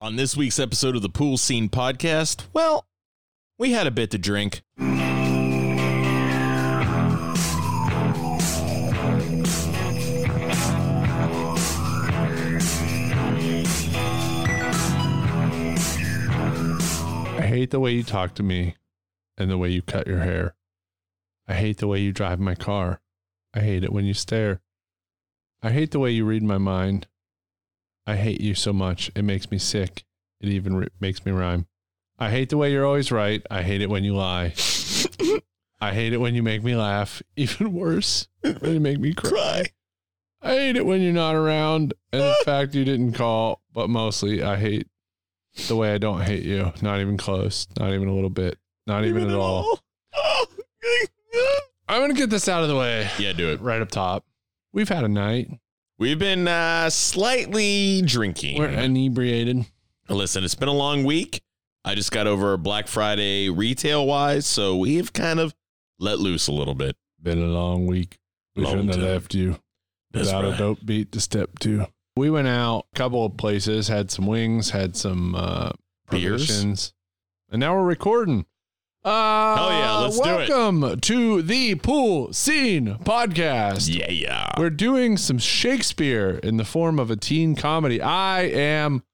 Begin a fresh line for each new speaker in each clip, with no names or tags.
On this week's episode of the Pool Scene Podcast, well, we had a bit to drink.
I hate the way you talk to me and the way you cut your hair. I hate the way you drive my car. I hate it when you stare. I hate the way you read my mind. I hate you so much. It makes me sick. It even re- makes me rhyme. I hate the way you're always right. I hate it when you lie. I hate it when you make me laugh. Even worse, when you make me cry. I hate it when you're not around and the fact you didn't call, but mostly I hate the way I don't hate you. Not even close. Not even a little bit. Not even, at all. I'm going to get this out of the way
Yeah, do it.
right up top. We've had a night.
We've been uh, slightly drinking.
We're inebriated.
Listen, it's been a long week. I just got over Black Friday retail wise, so we've kind of let loose a little bit.
Been a long week. We
Long
shouldn't have
time.
left you without a dope beat to step to. We went out a couple of places, had some wings, had some uh,
Beers?
provisions, and now we're recording. Uh,
Hell yeah, let's do it.
welcome to the Pool Scene Podcast.
Yeah, yeah.
We're doing some Shakespeare in the form of a teen comedy. I am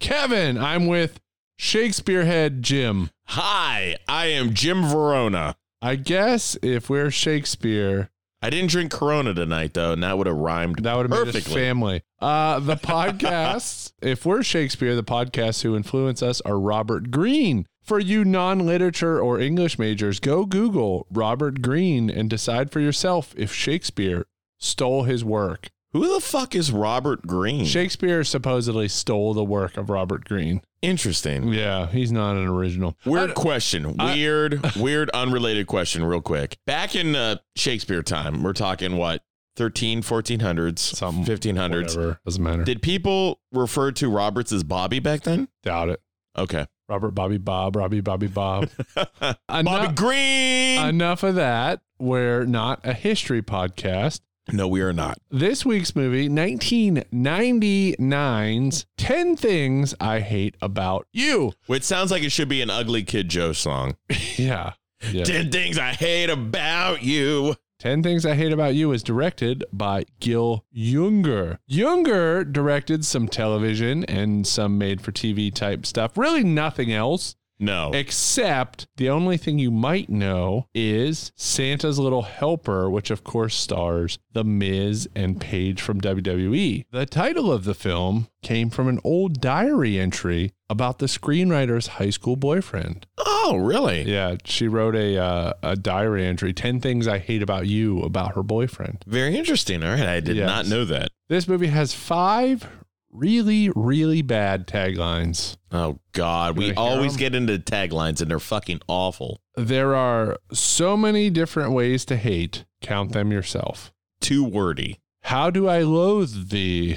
Kevin. I'm with Shakespeare head Jim.
Hi, I am Jim Verona.
I guess if we're Shakespeare,
I didn't drink Corona tonight, though, and that would have rhymed
that would have been his
Perfectly.
family. Uh, the podcasts, if we're Shakespeare, the podcasts who influence us are Robert Greene. For you non literature or English majors, go Google Robert Greene and decide for yourself if Shakespeare stole his work.
Who the fuck is Robert Green?
Shakespeare supposedly stole the work of Robert Greene.
Interesting.
Yeah, he's not an original.
Weird
I-
question.
I-
Weird, weird, unrelated question, real quick. Back in uh, Shakespeare time, we're talking what, 13, 1400s,
Something-
1500s.
Whatever, doesn't matter.
Did people refer to Roberts as Bobby back then?
Doubt it.
Okay.
Robert Bobby Bob, Robbie Bobby Bob.
Bobby
enough,
Green.
enough of that. We're not a history podcast.
no, we are not.
This week's movie, 1999's 10 Things I Hate About You.
Which sounds like it should be an Ugly Kid Joe song.
Yeah. yeah.
10 things I hate about you.
10 Things I Hate About You is directed by Gil Younger. Younger directed some television and some made for TV type stuff. Really nothing else. Oh.
No.
Except the only thing you might know is Santa's Little Helper, which of course stars The Miz and Paige from WWE. The title of the film came from an old diary entry about the screenwriter's high school boyfriend.
Oh, really?
Yeah, she wrote a uh, a diary entry, 10 things I hate about you about her boyfriend.
Very interesting. All right. I did
Yes.
not know that.
This movie has 5 really really bad taglines.
Oh, God.
You
We
wanna hear
always
'em?
get into taglines and they're fucking awful.
There are so many different ways to hate. Count them yourself.
Too wordy.
How do I loathe thee?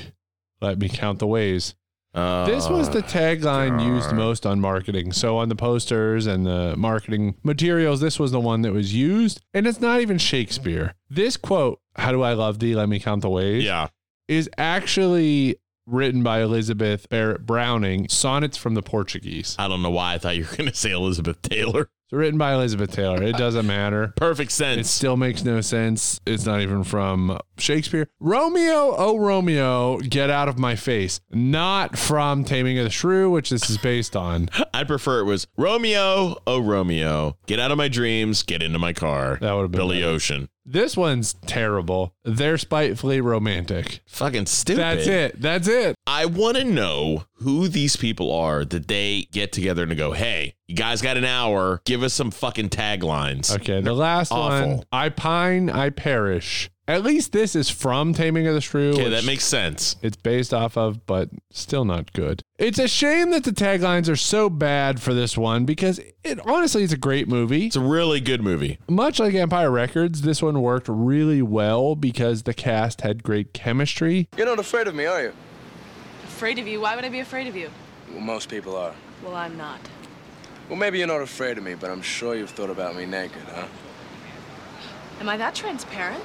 Let me count the ways.
Uh,
This was the tagline used
God.
most on marketing. So, on the posters and the marketing materials, this was the one that was used. And it's not even Shakespeare. This quote, How do I love thee? Let me count the ways,
Yeah.
is actually written by Elizabeth Barrett Browning, Sonnets from the Portuguese.
I don't know why I thought you were going to say Elizabeth Taylor.
It's written by Elizabeth Taylor. It doesn't matter.
Perfect
It
sense.
still makes no sense. It's not even from Shakespeare. Romeo, oh Romeo, get out of my face. Not from Taming of the Shrew, which this is based on.
I prefer it was Romeo, oh Romeo, get out of my dreams, get into my car.
That would have been
Billy
better.
Ocean.
This one's terrible. They're spitefully romantic.
Fucking stupid.
That's it. That's it.
I want to know who these people are that they get together and go, hey, you guys got an hour. Give us some fucking taglines.
Okay, the last
Awful.
one. I pine, I perish. At least this is from Taming of the Shrew.
Okay,
which
that makes sense.
it's based off of, but still not good. It's a shame that the taglines are so bad for this one because it honestly it's a great movie.
It's a really good movie.
Much like Empire Records, this one worked really well because the cast had great chemistry.
You're not afraid of me, are you?
Afraid of you? Why would I be afraid of you?
Well, most people are.
Well, I'm not.
Well, maybe you're not afraid of me, but I'm sure you've thought about me naked, huh?
Am I that transparent?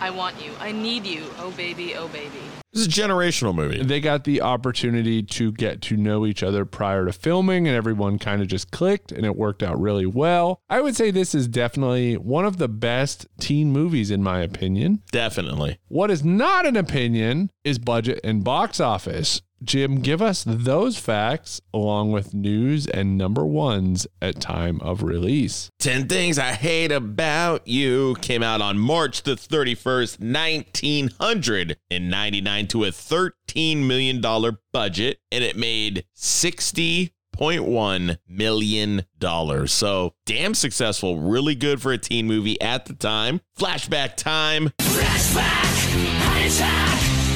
I want you. I need you. Oh, baby. Oh, baby.
This is a generational movie.
They got the opportunity to get to know each other prior to filming, and everyone kind of just clicked, and it worked out really well. I would say this is definitely one of the best teen movies, in my opinion.
Definitely.
What is not an opinion is budget and box office. Jim, give us those facts along with news and number ones at time of release.
10 Things I Hate About You came out on March the 31st, 1999 to a $13 million budget and it made 60.1 million dollars. So, damn successful, really good for a teen movie at the time. Flashback time.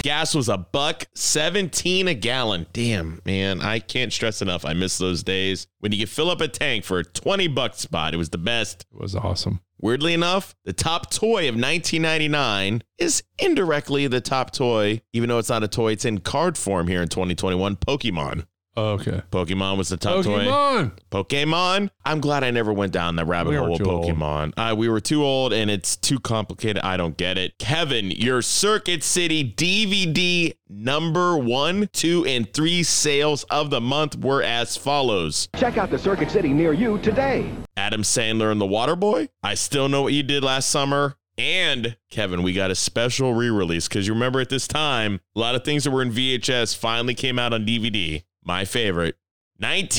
Gas was a buck 17 a gallon. Damn, man, I can't stress enough. I miss those days when you could fill up a tank for a 20 buck spot. It was the best.
It was awesome.
Weirdly enough, the top toy of 1999 is indirectly the top toy, even though it's not a toy, it's in card form here in 2021. Pokemon.
Okay.
Pokemon was the top toy.
Pokemon.
Pokemon. I'm glad I never went down the rabbit
We were
hole of
too old.
Pokemon. Uh, we were too old and it's too complicated. I don't get it. Kevin, your Circuit City DVD number one, two, and three sales of the month were as follows
Check out the Circuit City near you today.
Adam Sandler and the Waterboy, I Still Know What You Did Last Summer. And Kevin, we got a special re release because you remember at this time, a lot of things that were in VHS finally came out on DVD. My favorite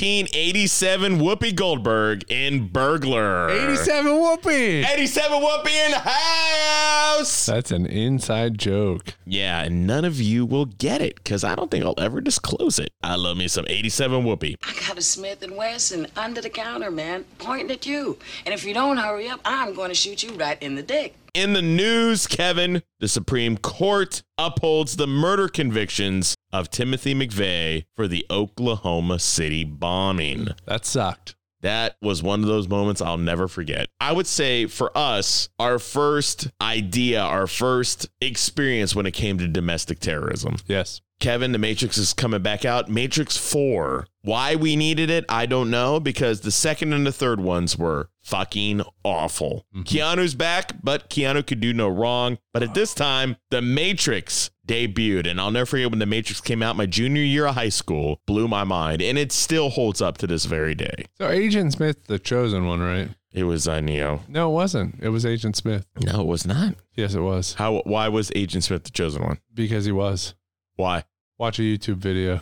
1987 Whoopi Goldberg in Burglar.
87 Whoopi.
87 Whoopi in the house.
That's an inside joke.
Yeah, and none of you will get it because I don't think I'll ever disclose it. I love me some 87 Whoopi.
I got a Smith and Wesson under the counter, man, pointing at you. And if you don't hurry up, I'm going to shoot you right in the dick.
In the news, Kevin, the Supreme Court upholds the murder convictions of Timothy McVeigh for the Oklahoma City bombing.
That sucked.
That was one of those moments I'll never forget. I would say for us, our first idea, our first experience when it came to domestic terrorism.
Yes.
Kevin, the Matrix is coming back out. Matrix 4. Why we needed it, I don't know, because the second and the third ones were fucking awful. Keanu's back, but Keanu could do no wrong. But at this time, the Matrix debuted. And I'll never forget when the Matrix came out my junior year of high school, blew my mind. And it still holds up to this very day.
So Agent Smith, the chosen one, right?
It was uh, Neo.
No, it wasn't. It was Agent Smith.
No, it was not.
Yes, it was.
How why was Agent Smith the chosen one?
Because he was.
Why?
Watch a YouTube video.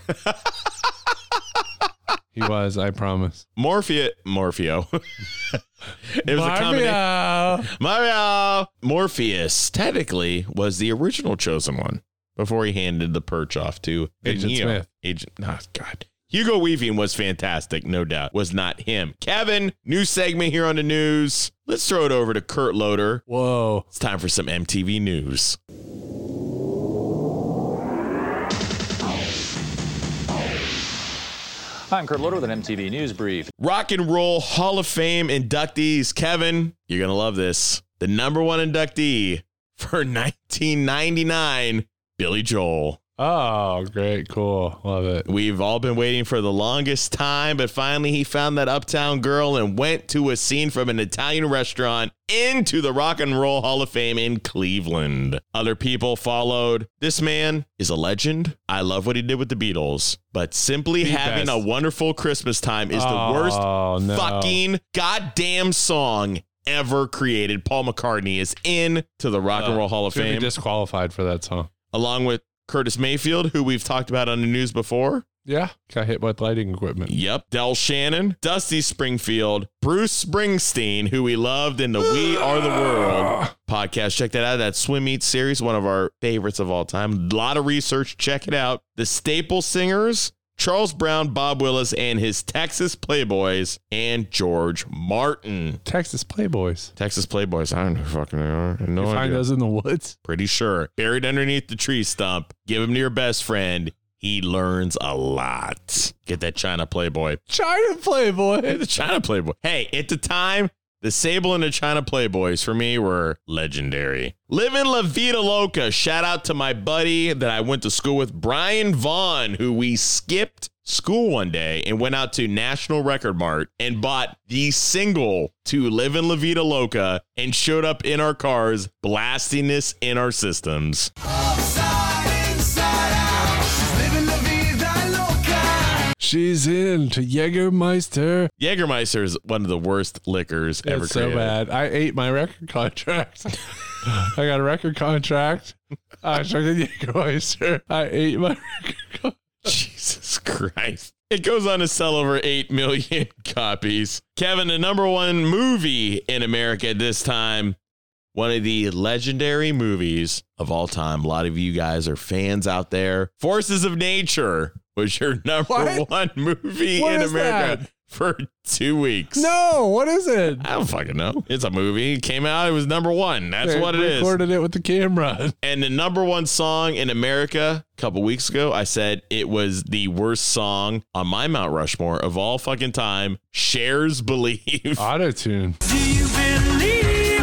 he was, I promise.
Morphea Morpheo. it was a combination.
Mario!
Mario! Morpheus technically was the original chosen one before he handed the perch off to
Agent
Neo.
Smith.
Agent, oh God. Hugo Weaving was fantastic, no doubt. Was not him. Kevin, new segment here on the news. Let's throw it over to Kurt Loader.
Whoa.
It's time for some MTV news.
Hi, I'm Kurt Loder with an MTV News Brief.
Rock and Roll Hall of Fame inductees. Kevin, you're going to love this. The number one inductee for 1999, Billy Joel.
Oh, great. Cool. Love it.
We've all been waiting for the longest time, but finally he found that uptown girl and went to a scene from an Italian restaurant into the Rock and Roll Hall of Fame in Cleveland. Other people followed. This man is a legend. I love what he did with the Beatles, but simply
The
having
best.
a wonderful Christmas time is the
Oh,
worst
no.
fucking goddamn song ever created. Paul McCartney is in to the Rock and Roll Hall of
Uh, Should be
Fame
disqualified for that song.
along with Curtis Mayfield, who we've talked about on the news before.
Yeah. Got hit with lighting equipment.
Yep. Del Shannon, Dusty Springfield, Bruce Springsteen, who we loved in the We Are the World
Ah.
podcast. Check that out. That Swim Eat series, one of our favorites of all time. A lot of research. Check it out. The Staple Singers, Charles Brown, Bob Willis, and his Texas Playboys, and George Martin.
Texas Playboys.
Texas Playboys. I don't know who fucking they are. I have No
you
idea.
find those in the woods?
Pretty sure. Buried underneath the tree stump. Give him to your best friend. He learns a lot. Get that China Playboy.
China Playboy.
Hey, the China Playboy. Hey, at the time, The Sable and the China Playboys for me were legendary. Living La Vida Loca. Shout out to my buddy that I went to school with, Brian Vaughn, who we skipped school one day and went out to National Record Mart and bought the single to Live in La Vida Loca and showed up in our cars, blasting this in our systems.
She's into Jägermeister.
Jägermeister is one of the worst liquors ever
it's so
created.
bad. I ate my record contract. I got a record contract. I took the Jägermeister. I ate my record contract.
Jesus Christ. It goes on to sell over 8 million copies. Kevin, the number one movie in America at this time, one of the legendary movies of all time. A lot of you guys are fans out there. Forces of Nature was your number
What?
one movie
What
in
is
America
that?
for two weeks.
No, what is it?
I don't fucking know. It's a movie. It came out. It was number one. That's
They
what it is.
Recorded it with the camera.
And the number one song in America a couple weeks ago, I said it was the worst song on my Mount Rushmore of all fucking time. Shares Believe,
Ah. Autotune.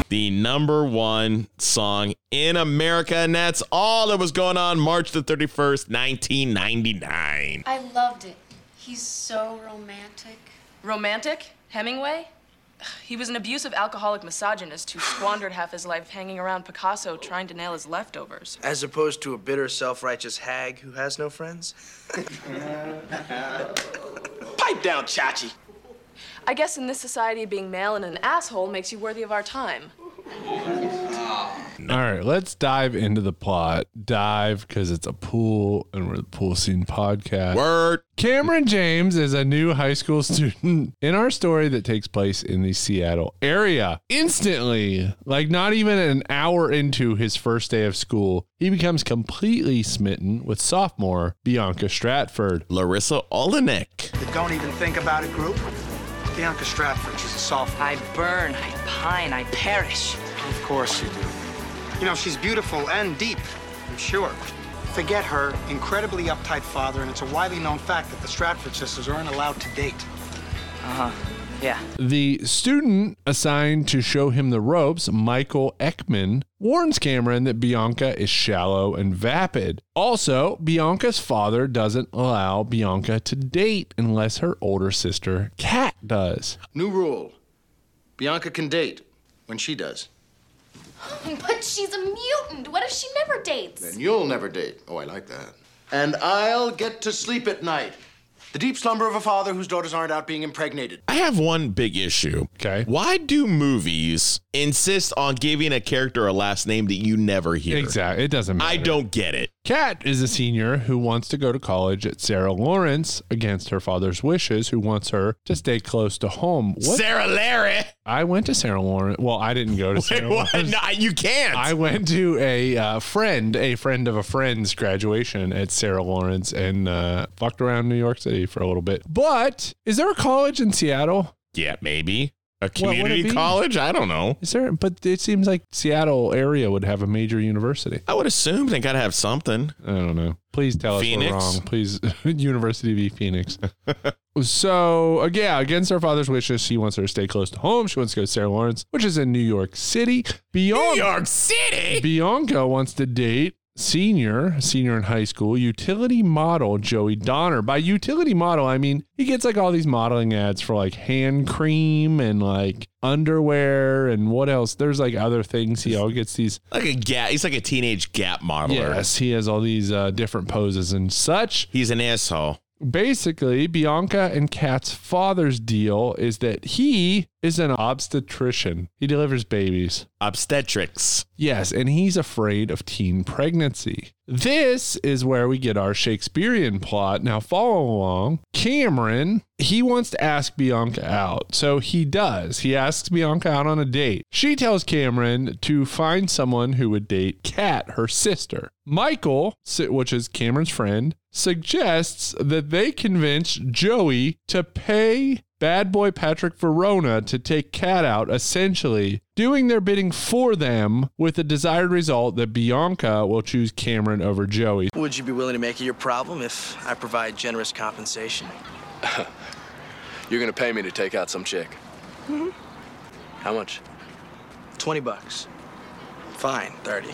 the number one song in America. And that's all that was going on March the 31st, 1999.
I loved it. He's so romantic.
Romantic? Hemingway? He was an abusive alcoholic misogynist who squandered half his life hanging around Picasso trying to nail his leftovers.
As opposed to a bitter, self-righteous hag who has no friends. Pipe down, Chachi.
I guess in this society, being male and an asshole makes you worthy of our time.
All right, let's dive into the plot. Dive because it's a pool and we're the pool scene podcast.
Word.
Cameron James is a new high school student in our story that takes place in the Seattle area. Instantly, like not even an hour into his first day of school, he becomes completely smitten with sophomore Bianca Stratford.
Larissa Olenek.
The Don't Even Think About It group. Bianca Stratford, she's a sophomore.
I burn, I pine, I perish.
Of course you do. You know, she's beautiful and deep, I'm sure. Forget her incredibly uptight father, and it's a widely known fact that the Stratford sisters aren't allowed to date.
Yeah.
The student assigned to show him the ropes, Michael Ekman, warns Cameron that Bianca is shallow and vapid. Also, Bianca's father doesn't allow Bianca to date unless her older sister, Kat, does.
New rule. Bianca can date when she does.
But she's a mutant. What if she never dates?
And you'll never date. Oh, I like that. And I'll get to sleep at night. The deep slumber of a father whose daughters aren't out being impregnated.
I have one big issue.
Okay.
Why do movies insist on giving a character a last name that you never hear?
Exactly. It doesn't matter.
I don't get it.
Kat is a senior who wants to go to college at Sarah Lawrence against her father's wishes, who wants her to stay close to home. What?
Sarah Larry.
I went to Sarah Lawrence. Well, I didn't go to
Wait,
Sarah
what?
Lawrence.
No, you can't.
I went to a uh, friend, a friend of a friend's graduation at Sarah Lawrence and uh, fucked around New York City for a little bit. But is there a college in Seattle?
yeah, maybe a
would it
community
be?
college. I don't know.
Is there? But it seems like Seattle area would have a major university.
I would assume they gotta have something.
I don't know. Please tell
Phoenix?
us we're wrong. Please, University of E. Phoenix. so, uh, yeah, against her father's wishes, she wants her to stay close to home. She wants to go to Sarah Lawrence, which is in New York City. Beyond
City.
Bianca wants to date senior, senior in high school, utility model Joey Donner. By utility model, I mean he gets like all these modeling ads for like hand cream and like underwear and what else. There's like other things. He all gets these.
Like a gap. He's like a teenage gap modeler.
Yes, he has all these uh, different poses and such.
He's an asshole.
Basically, Bianca and Kat's father's deal is that he is an obstetrician. He delivers babies.
Obstetrics.
Yes, and he's afraid of teen pregnancy. This is where we get our Shakespearean plot. Now, follow along. Cameron, he wants to ask Bianca out. So he does. He asks Bianca out on a date. She tells Cameron to find someone who would date Kat, her sister. Michael, si- which is Cameron's friend, suggests that they convince Joey to pay bad boy Patrick Verona to take Cat out, essentially doing their bidding for them with the desired result that Bianca will choose Cameron over Joey.
Would you be willing to make it your problem if I provide generous compensation?
You're gonna pay me to take out some chick.
How much? 20 Mm-hmm. bucks. Fine, 30.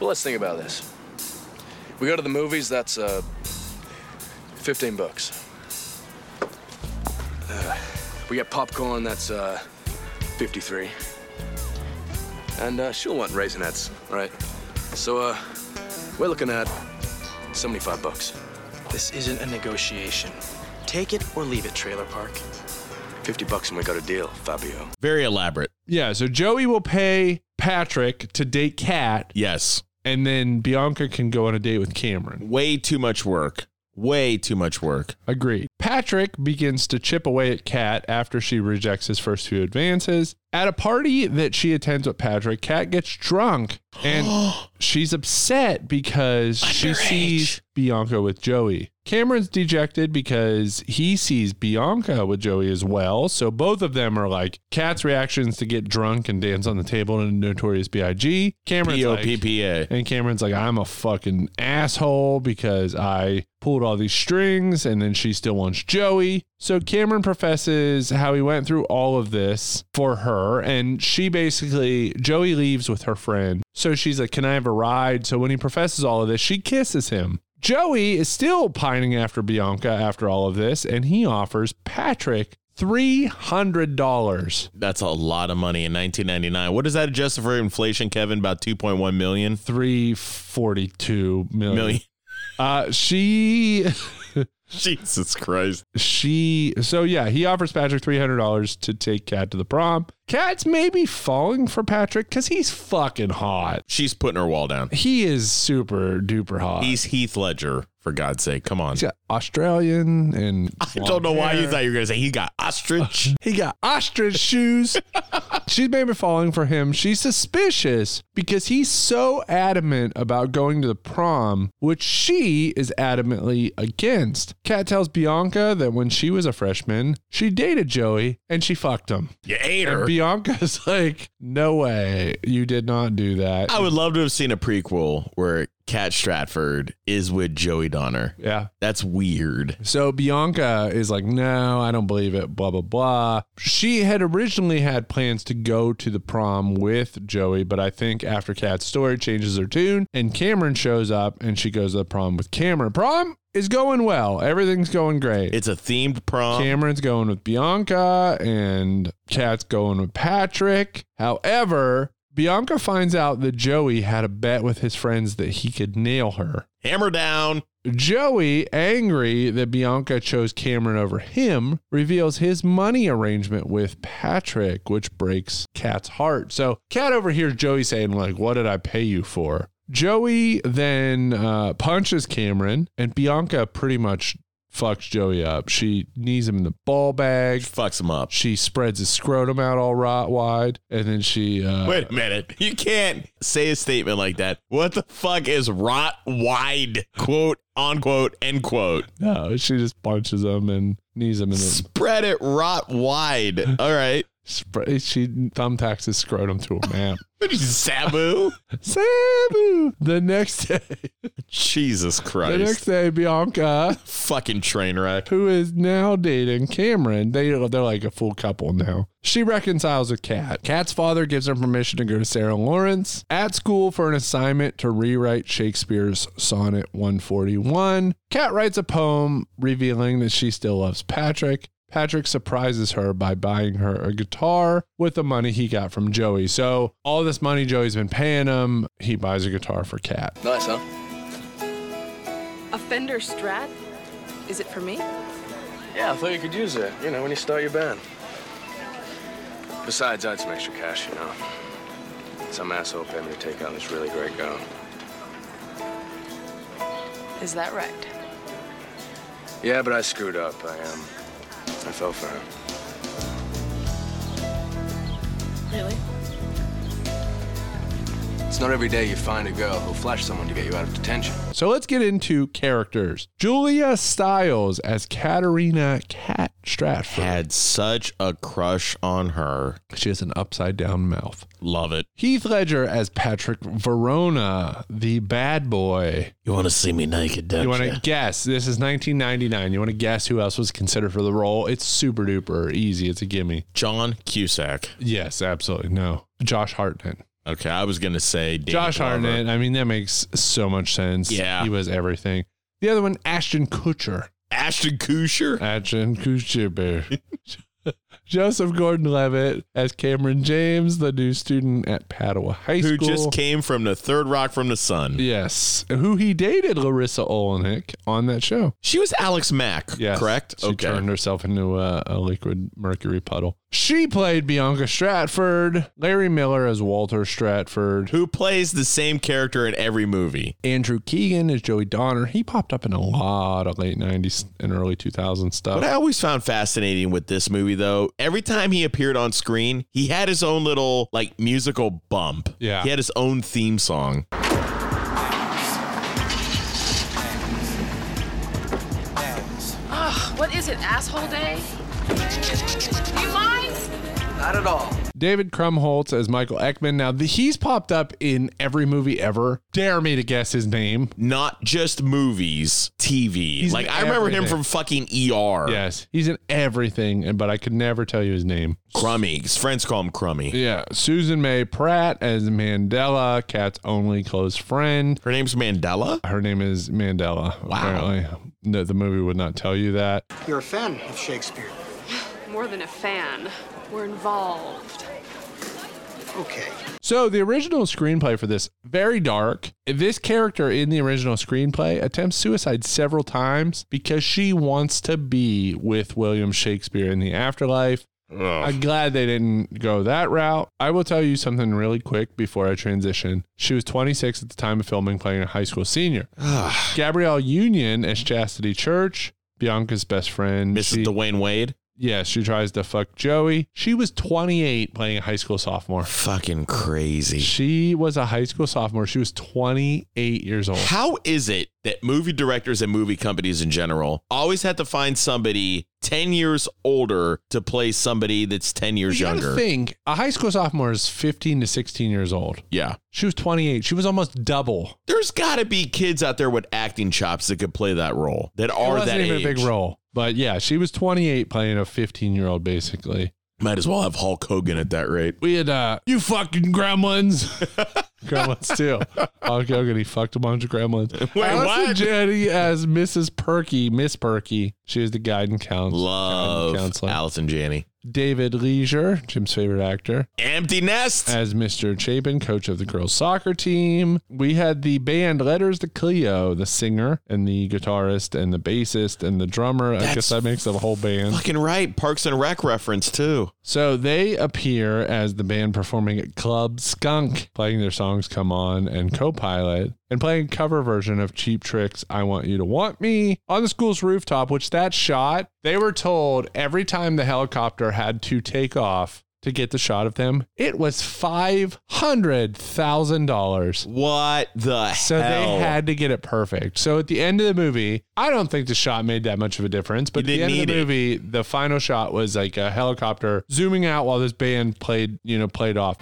Well, let's think about this. We go to the movies, that's uh, 15 bucks. Uh, we get popcorn, that's uh, 53. And uh, she'll want raisinets, right? So uh, we're looking at 75 bucks. This isn't a negotiation. Take it or leave it, trailer park. 50 bucks and we got a deal, Fabio.
Very elaborate.
Yeah, so Joey will pay Patrick to date Kat,
Yes.
and then Bianca can go on a date with Cameron.
Way too much work. Way too much work.
Agreed. Patrick begins to chip away at Kat after she rejects his first few advances. At a party that she attends with Patrick, Kat gets drunk and she's upset because she
Underage.
sees Bianca with Joey. Cameron's dejected because he sees Bianca with Joey as well. So both of them are like Kat's reactions to get drunk and dance on the table in Notorious B.I.G. Cameron's
P O
like,
P P A.
and Cameron's like, I'm a fucking asshole because I pulled all these strings and then she still wants Joey. So Cameron professes how he went through all of this for her. And she basically, Joey leaves with her friend. So she's like, Can I have a ride? So when he professes all of this, she kisses him. Joey is still pining after Bianca after all of this. And he offers Patrick $300.
That's a lot of money in 1999. What is that adjusted for inflation, Kevin? About 2.1 million?
342 million.
Million.
Uh, she
Jesus Christ.
she so yeah he offers patrick $300 to take kat to the prom kat's maybe falling for patrick because he's fucking hot
She's putting her wall down.
he is super duper hot
He's Heath Ledger, for God's sake. Come on.
he's got australian and
I don't know why you thought you were going to say he got ostrich.
he got ostrich shoes she's maybe falling for him she's suspicious because he's so adamant about going to the prom which she is adamantly against kat tells bianca that when she was a freshman she dated joey and she fucked him
You ate
And
her.
Bianca's like, no way, you did not do that.
I would love to have seen a prequel where Kat Stratford is with Joey Donner.
yeah.
That's weird.
So Bianca is like, no, I don't believe it, blah, blah, blah. She had originally had plans to go to the prom with Joey, but I think after Kat's story changes her tune and Cameron shows up and she goes to the prom with Cameron. Prom is going well, everything's going great.
It's a themed prom.
Cameron's going with Bianca and Kat's going with Patrick. However, Bianca finds out that Joey had a bet with his friends that he could nail her.
Hammer down.
Joey, angry that Bianca chose Cameron over him, reveals his money arrangement with Patrick, which breaks Kat's heart. So Kat overhears Joey saying, like, what did I pay you for? Joey then uh, punches Cameron, and Bianca pretty much fucks Joey up. She knees him in the ball bag.
Fucks him up.
She spreads his scrotum out all right wide, and then she uh,
Wait a minute. You can't say a statement like that. What the fuck is rot wide? Quote, unquote, end quote.
no, she just punches him and knees him in the
Spread it rot wide. All right.
Spray, she thumbtacks his scrotum to a map.
Sabu.
Sabu. The next day,
Jesus
the next
Christ.
day, Bianca,
Fucking train wreck.
who is now dating Cameron, they they're like a full couple now. She reconciles with Kat. Kat's father gives her permission to go to Sarah Lawrence at school for an assignment to rewrite Shakespeare's sonnet 141. Kat writes a poem revealing that she still loves Patrick. Patrick surprises her by buying her a guitar with the money he got from Joey. So, all this money Joey's been paying him, he buys a guitar for Kat.
Nice, huh?
A Fender Strat? Is it for me?
Yeah, I thought you could use that, you know, when you start your band. Besides, I had some extra cash, you know. Some asshole paid me to take on this really great girl.
Is that right?
Yeah, but I screwed up. I um, I fell for her.
Really?
It's It's not every day you find a girl who'll flash someone to get you out of detention.
So let's get into characters. Julia Stiles as Katerina Cat Stratford.
Had such a crush on her.
She has an upside down mouth.
Love it.
Heath Ledger as Patrick Verona, the bad boy.
You want to see me naked, don't
You want to guess? This is 1999. You want to guess who else was considered for the role? It's super duper easy. It's a gimme.
John Cusack.
Yes, absolutely. No. Josh Hartnett.
Okay, I was gonna say Danny
Josh
Glover.
Hartnett. I mean, that makes so much sense.
Yeah.
He was everything. The other one, Ashton Kutcher.
Ashton Kutcher.
Ashton Kutcher. bear. Joseph Gordon Levitt as Cameron James, the new student at Padua High
Who
School.
just came from the third rock from the sun?
Yes. Who he dated Larissa Olenek on that show.
She was Alex Mack,
Yes.
correct?
She turned herself into a, a liquid mercury puddle. She played Bianca Stratford. Larry Miller as Walter Stratford.
Who plays the same character in every movie?
Andrew Keegan is Joey Donner. He popped up in a lot of late 90s and early 2000s stuff.
What I always found fascinating with this movie, though, every time he appeared on screen, he had his own little like musical bump.
Yeah.
he had his own theme song.
Ugh, what is it, asshole day? Do you mind?
Not at all.
David Krumholtz as Michael Ekman. Now, the, he's popped up in every movie ever. Dare me to guess his name.
Not just movies, TV.
He's
like
in
I remember him
everything.
from fucking ER.
Yes, he's in everything, and but I could never tell you his name.
Crummy. His friends call him Crummy.
Yeah, Susan May Pratt as Mandela, Cat's only close friend.
Her name's Mandela.
Her name is Mandela. Apparently, no, the movie would not tell you that.
You're a fan of Shakespeare.
More than a fan, we're involved.
Okay.
So the original screenplay for this very dark. This character in the original screenplay attempts suicide several times because she wants to be with William Shakespeare in the afterlife. I'm glad they didn't go that route. I will tell you something really quick before I transition. She was 26 at the time of filming, playing a high school senior. Gabrielle Union as Chastity Church, Bianca's best friend.
Mrs.
She-
Dwayne Wade.
yeah, she tries to fuck Joey. She was 28 playing a high school sophomore.
Fucking crazy.
She was a high school sophomore. She was 28 years old.
How is it that movie directors and movie companies in general always have to find somebody 10 years older to play somebody that's 10 years
you gotta
younger?
think a high school sophomore is 15 to 16 years old.
Yeah.
She was 28. She was almost double.
There's got to be kids out there with acting chops that could play that role that
It
are
wasn't
that
even
age.
a big role, but yeah, she was 28 playing a 15 year old basically.
Might as well have Hulk Hogan at that rate.
We had uh, you fucking gremlins, gremlins too. Hulk Hogan he fucked a bunch of gremlins.
Wait,
Allison
what?
Janney as Mrs. Perky, Miss Perky. She is the guidance counsel.
Love
guidance counselor.
Allison Janney.
David Leisure, Jim's favorite actor,
Empty Nest.
as Mr. Chapin, coach of the girls' soccer team. We had the band Letters to Cleo, the singer and the guitarist and the bassist and the drummer. I
That's
guess that makes up a whole band.
Fucking right. Parks and Rec reference too.
So they appear as the band performing at Club Skunk, playing their songs Come On and Copilot, and playing a cover version of Cheap Tricks I Want You to Want Me on the school's rooftop, which that shot, they were told every time the helicopter had to take off to get the shot of them, it was $500,000.
What the
So
hell?
they had to get it perfect. So at the end of the movie, I don't think the shot made that much of a difference, but at
You
the
didn't
end of the
need it.
movie, the final shot was like a helicopter zooming out while this band played, you know, played off.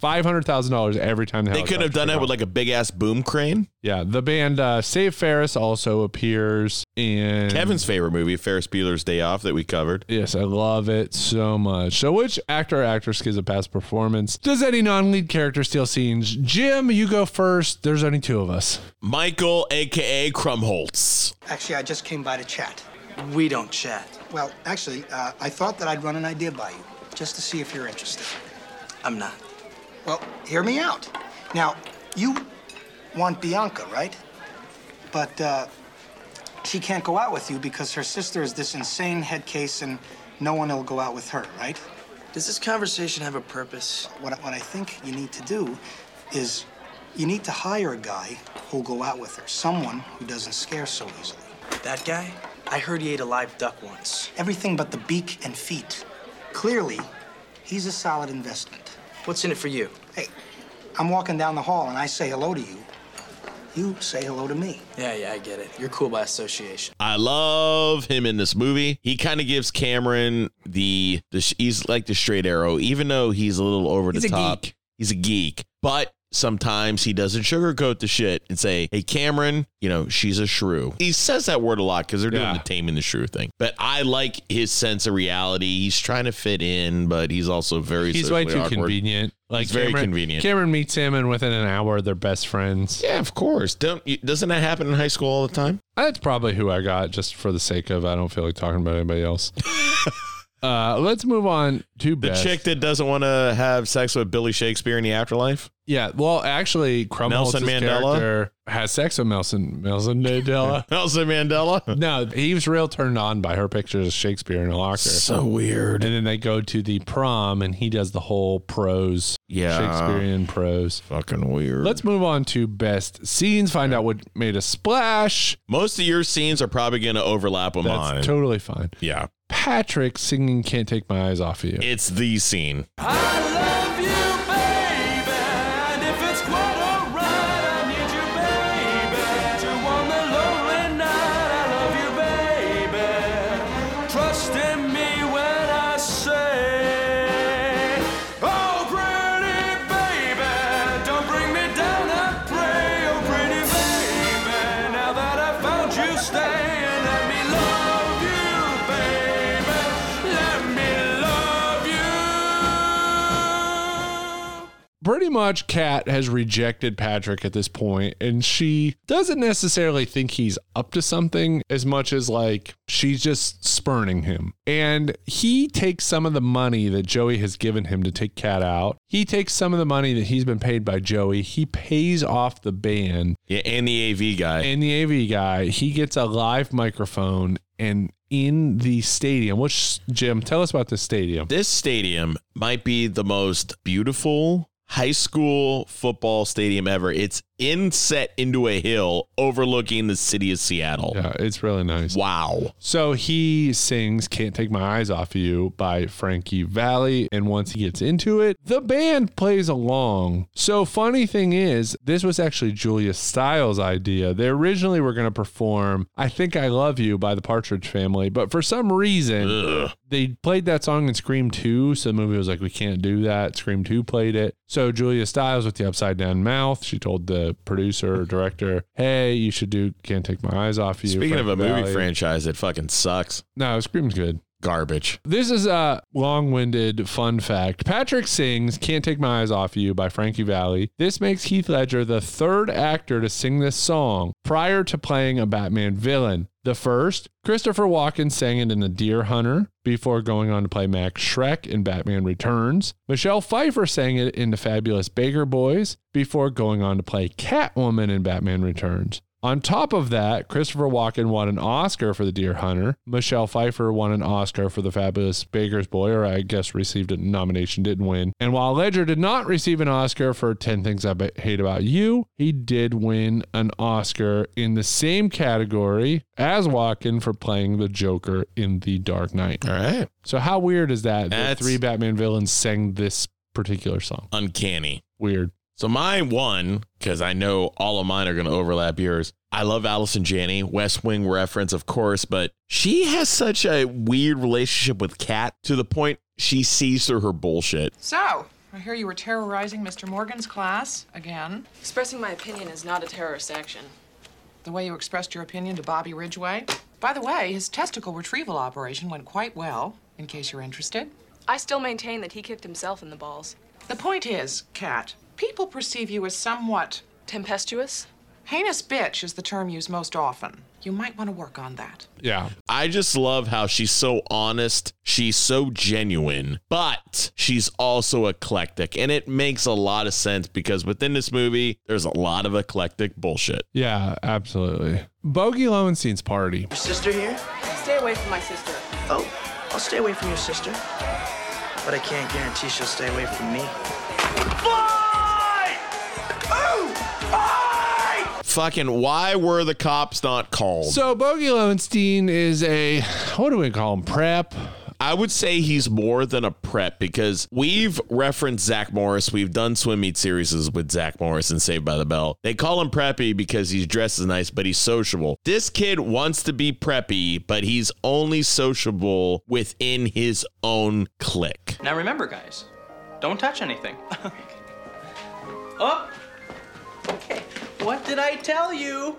Five hundred thousand dollars every time the
they could have
helicopter
done
took
that with
off.
like a big ass boom crane.
yeah. The band uh, Save Ferris also appears in
Kevin's favorite movie, Ferris Bueller's Day Off, that we covered.
Yes, I love it so much. So, which actor or actress gives a past performance? Does any non lead character steal scenes? Jim, you go first. There's only two of us.
Michael, aka Krumholtz.
Actually, I just came by to chat.
We don't chat.
Well, actually, uh, I thought that I'd run an idea by you, just to see if you're interested.
I'm not.
Well, hear me out. Now, you want Bianca, right? But uh, she can't go out with you because her sister is this insane head case and no one will go out with her, right?
Does this conversation have a purpose?
What, I- what I think you need to do is you need to hire a guy who'll go out with her, someone who doesn't scare so easily.
That guy? I heard he ate a live duck once.
Everything but the beak and feet. Clearly, He's a solid investment.
What's in it for you?
Hey, I'm walking down the hall and I say hello to you. You say hello to me.
Yeah, yeah, I get it. You're cool by association.
I love him in this movie. He kind of gives Cameron the, the sh- he's like the straight arrow, even though he's a little over
He's
the
a
top.
geek.
He's a geek, but sometimes he doesn't sugarcoat the shit and say, "Hey, Cameron, you know she's a shrew." He says that word a lot because they're doing
Yeah.
the taming the shrew thing. But I like his sense of reality. He's trying to fit in, but he's also very
He's way
socially
too
awkward.
convenient. Like
He's very
Cameron-
convenient.
Cameron meets him, and within an hour, they're best friends.
Yeah, of course. Don't you- doesn't that happen in high school all the time?
That's probably who I got, just for the sake of I don't feel like talking about anybody else. uh, let's move on to
The
best.
chick that doesn't want to have sex with Billy Shakespeare in the afterlife.
Yeah, well, actually, Crumholtz's
Nelson Mandela?
character has sex with Nelson Nelson Mandela.
Nelson Mandela.
no, he was real turned on by her pictures of Shakespeare in a locker.
So weird.
And then they go to the prom, and he does the whole prose,
Yeah.
Shakespearean prose.
Fucking weird.
Let's move on to best scenes. Find out what made a splash.
Most of your scenes are probably going to overlap with
That's
mine.
totally fine.
yeah.
Patrick singing "Can't Take My Eyes Off of You."
It's the scene.
pretty much Kat has rejected Patrick at this point, and she doesn't necessarily think he's up to something as much as like she's just spurning him. And he takes some of the money that Joey has given him to take Kat out. He takes some of the money that he's been paid by Joey. He pays off the band
Yeah, and the AV guy.
and the AV guy. He gets a live microphone and in the stadium, which Jim, tell us about this stadium.
this stadium might be the most beautiful high school football stadium ever. It's inset into a hill overlooking the city of Seattle.
Yeah, it's really nice.
Wow.
So he sings Can't Take My Eyes Off of You by Frankie Valley. And once he gets into it, the band plays along. So, funny thing is, this was actually Julia Stiles' idea. They originally were going to perform I Think I Love You by the Partridge Family, but for some reason, they played that song in Scream 2. So the movie was like, we can't do that. Scream 2 played it. So Julia Stiles with the upside down mouth, she told the producer or director, hey, you should do Can't Take My Eyes Off You.
Speaking of a
Frankie
movie
Valli.
franchise that fucking sucks,
No, Scream's good.
garbage.
This is a long winded fun fact. Patrick sings Can't Take My Eyes Off You by Frankie Valley. This makes Heath Ledger the third actor to sing this song prior to playing a Batman villain. The first, Christopher Walken sang it in The Deer Hunter before going on to play Max Shrek in Batman Returns. Michelle Pfeiffer sang it in The Fabulous Baker Boys before going on to play Catwoman in Batman Returns. On top of that, Christopher Walken won an Oscar for The Deer Hunter. Michelle Pfeiffer won an Oscar for The Fabulous Baker's Boy, or I guess received a nomination, didn't win. And while Ledger did not receive an Oscar for 10 Things I Ba- Hate About You, he did win an Oscar in the same category as Walken for playing the Joker in The Dark Knight.
All right.
So, how weird is that? that
That's-
three Batman villains sang this particular song.
Uncanny.
Weird.
So my one, because I know all of mine are going to overlap yours. I love Allison Janney, West Wing reference, of course, but she has such a weird relationship with Kat to the point she sees through her bullshit.
So, I hear you were terrorizing Mr. Morgan's class again.
Expressing my opinion is not a terrorist action.
The way you expressed your opinion to Bobby Ridgway. By the way, his testicle retrieval operation went quite well, in case you're interested.
I still maintain that he kicked himself in the balls.
The point is, Kat, people perceive you as somewhat
tempestuous.
Heinous bitch is the term used most often. You might want to work on that.
Yeah.
I just love how she's so honest. She's so genuine, but she's also eclectic. And it makes a lot of sense because within this movie, there's a lot of eclectic bullshit.
Yeah, absolutely. Bogey Lowenstein's party.
Your sister here?
Stay away from my sister.
Oh, I'll stay away from your sister. But I can't guarantee she'll stay away from me. Fight! Ooh! Fight!
Fucking, why were the cops not called?
So Bogey Lowenstein is a what do we call him? Prep.
I would say he's more than a prep because we've referenced Zach Morris. We've done swim meet series with Zach Morris and Saved by the Bell. They call him preppy because he's dressed as nice, but he's sociable. This kid wants to be preppy, but he's only sociable within his own clique.
Now remember, guys, don't touch anything. oh! Okay, what did I tell you?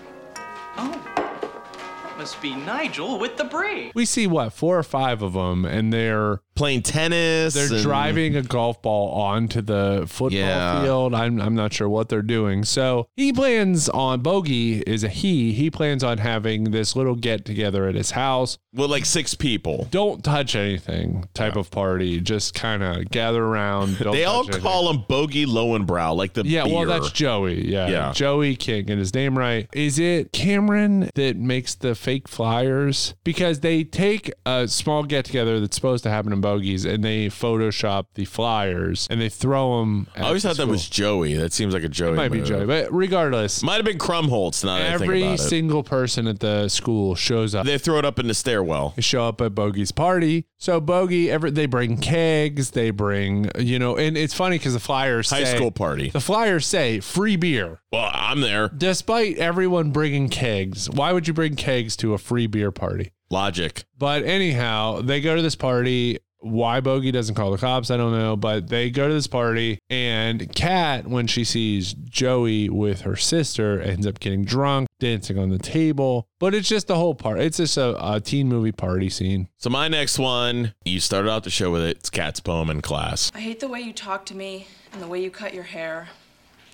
oh, that must be Nigel with the braid.
We see what four or five of them, and they're
playing tennis.
They're
and-
driving a golf ball onto the football
Yeah.
field. I'm I'm not sure what they're doing. So he plans on Bogey is a he. He plans on having this little get together at his house.
With like six people.
Don't touch anything type of party. Just kind of gather around. Don't
they all
touch anything.
call him Bogey Lowenbrow, like the
Yeah, well,
beer.
that's Joey. Yeah.
Yeah.
Joey can't get his name right. Is it Cameron that makes the fake flyers? Because they take a small get together that's supposed to happen in bogies and they Photoshop the flyers and they throw them.
I always thought that was Joey. That seems like a Joey.
might be
move.
Joey, but regardless,
might have been Crumholtz. Now that I think
every
about it.
single person at the school shows up.
They throw it up in the stairwell.
They show up at Bogey's party. So Bogey, every they bring kegs, they bring you know, and it's funny because the flyers
High
say-
school party.
The flyers say free beer.
Well, I'm there.
Despite everyone bringing kegs, why would you bring kegs to a free beer party?
Logic.
But anyhow, they go to this party. Why Bogey doesn't call the cops, I don't know. But they go to this party, and Kat, when she sees Joey with her sister, ends up getting drunk, dancing on the table. But it's just the whole part. It's just a, a teen movie party scene.
So my next one, you started out the show with it. It's Cat's poem in class.
I hate the way you talk to me and the way you cut your hair.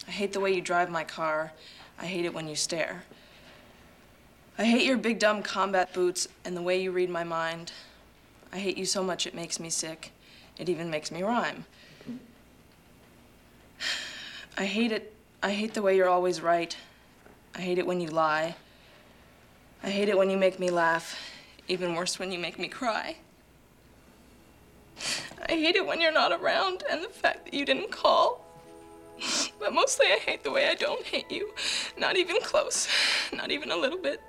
I hate the way you drive my car. I hate it when you stare. I hate your big dumb combat boots and the way you read my mind. I hate you so much it makes me sick. It even makes me rhyme. I hate it. I hate the way you're always right. I hate it when you lie. I hate it when you make me laugh. Even worse when you make me cry. I hate it when you're not around and the fact that you didn't call. But mostly I hate the way I don't hate you. Not even close. Not even a little bit.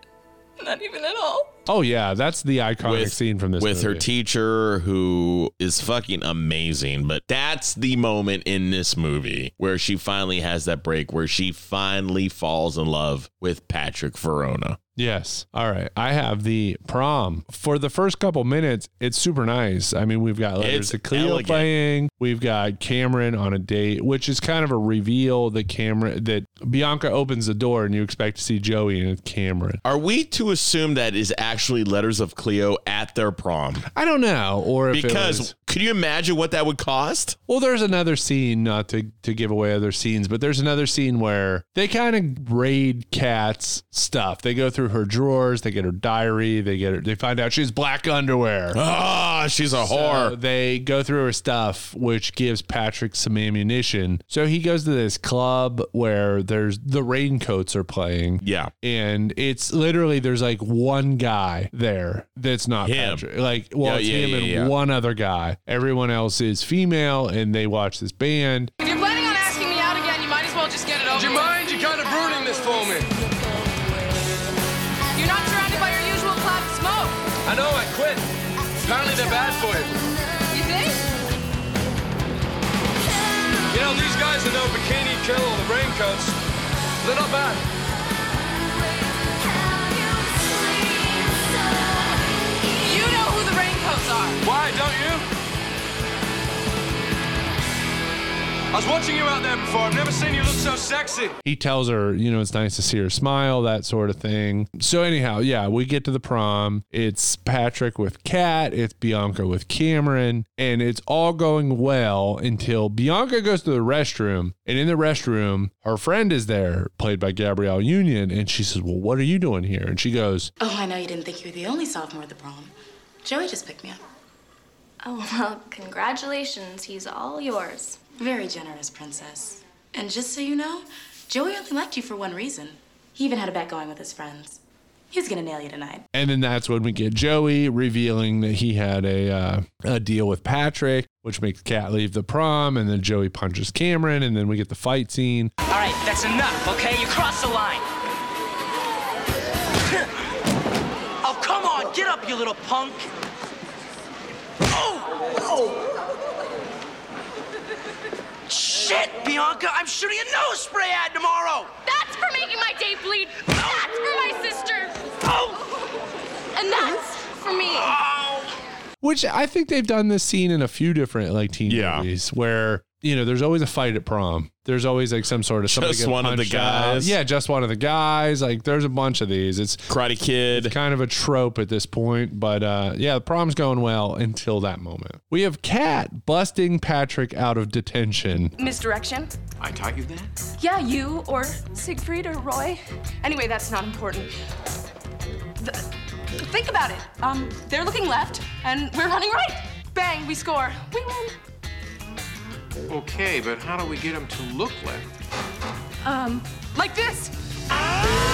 Not even at all.
Oh yeah, that's the iconic scene from this.
with her
movie.
teacher who is fucking amazing but that's the moment in this movie where she finally has that break where she finally falls in love with patrick verona
Yes. All right. I have the prom. For the first couple minutes, it's super nice. I mean, we've got letters
It's
to Cleo
elegant.
playing. We've got Cameron on a date, which is kind of a reveal that Cameron that Bianca opens the door and you expect to see Joey and it's Cameron.
are we to assume that is actually letters of cleo at their prom
I don't know. Or if it
because
was-
could you imagine what that would cost
Well, there's another scene, not to, to give away other scenes, but there's another scene where they kind of raid Kat's stuff. They go through her drawers, they get her diary, they get her, they find out she has black underwear.
Ah, she's a
So
whore.
They go through her stuff, which gives Patrick some ammunition. So he goes to this club where there's the raincoats are playing.
Yeah.
And it's literally there's like one guy there that's not
Him.
Patrick. Like, well,
Yeah,
it's
yeah,
him
yeah,
and
yeah.
one other guy. Everyone else is female and they watch this band.
If you're planning on asking me out again, you might as well just get it over
Do you mind? You're kind of ruining this for me.
You're not surrounded by your usual cloud of smoke.
I know. I quit. Apparently they're bad for you.
You think?
You know these guys that know bikini kill or the raincoats. They're not bad.
You know who the raincoats are.
Why don't you? I was watching you out there before. I've never seen you look so sexy.
He tells her, you know, it's nice to see her smile, that sort of thing. So, anyhow, yeah, we get to the prom. It's Patrick with Kat, it's Bianca with Cameron, and it's all going well until Bianca goes to the restroom. And in the restroom, her friend is there, played by Gabrielle Union. And she says, Well, what are you doing here? And she goes,
Oh, I know you didn't think you were the only sophomore at the prom. Joey just picked me up.
Oh, well, congratulations. He's all yours.
Very generous, Princess. And just so you know, Joey only liked you for one reason. He even had a bet going with his friends. He's gonna nail you tonight.
And then that's when we get Joey revealing that he had a uh, a deal with Patrick, which makes Kat leave the prom, and then Joey punches Cameron, and then we get the fight scene.
All right, that's enough, okay? You crossed the line. oh, come on, get up, you little punk.
Oh, Whoa! Shit, Bianca, I'm shooting a nose spray ad tomorrow!
That's for making my day bleed. That's for my sister.
Oh!
And that's for me.
Which I think they've done this scene in a few different like teen movies where you know there's always a fight at prom. There's always like some sort of somebody
Just
gets
one of the
punched out.
guys.
Yeah, just one of the guys. Like there's a bunch of these. It's
Karate Kid.
kind of a trope at this point, but uh, yeah, the prom's going well until that moment. We have Kat busting Patrick out of detention.
Misdirection?
I taught you that?
Yeah, you or Siegfried or Roy. Anyway, that's not important. Th- think about it. Um, they're looking left, and we're running right. Bang, we score. We win.
Okay, but how do we get him to look like?
Um, like this.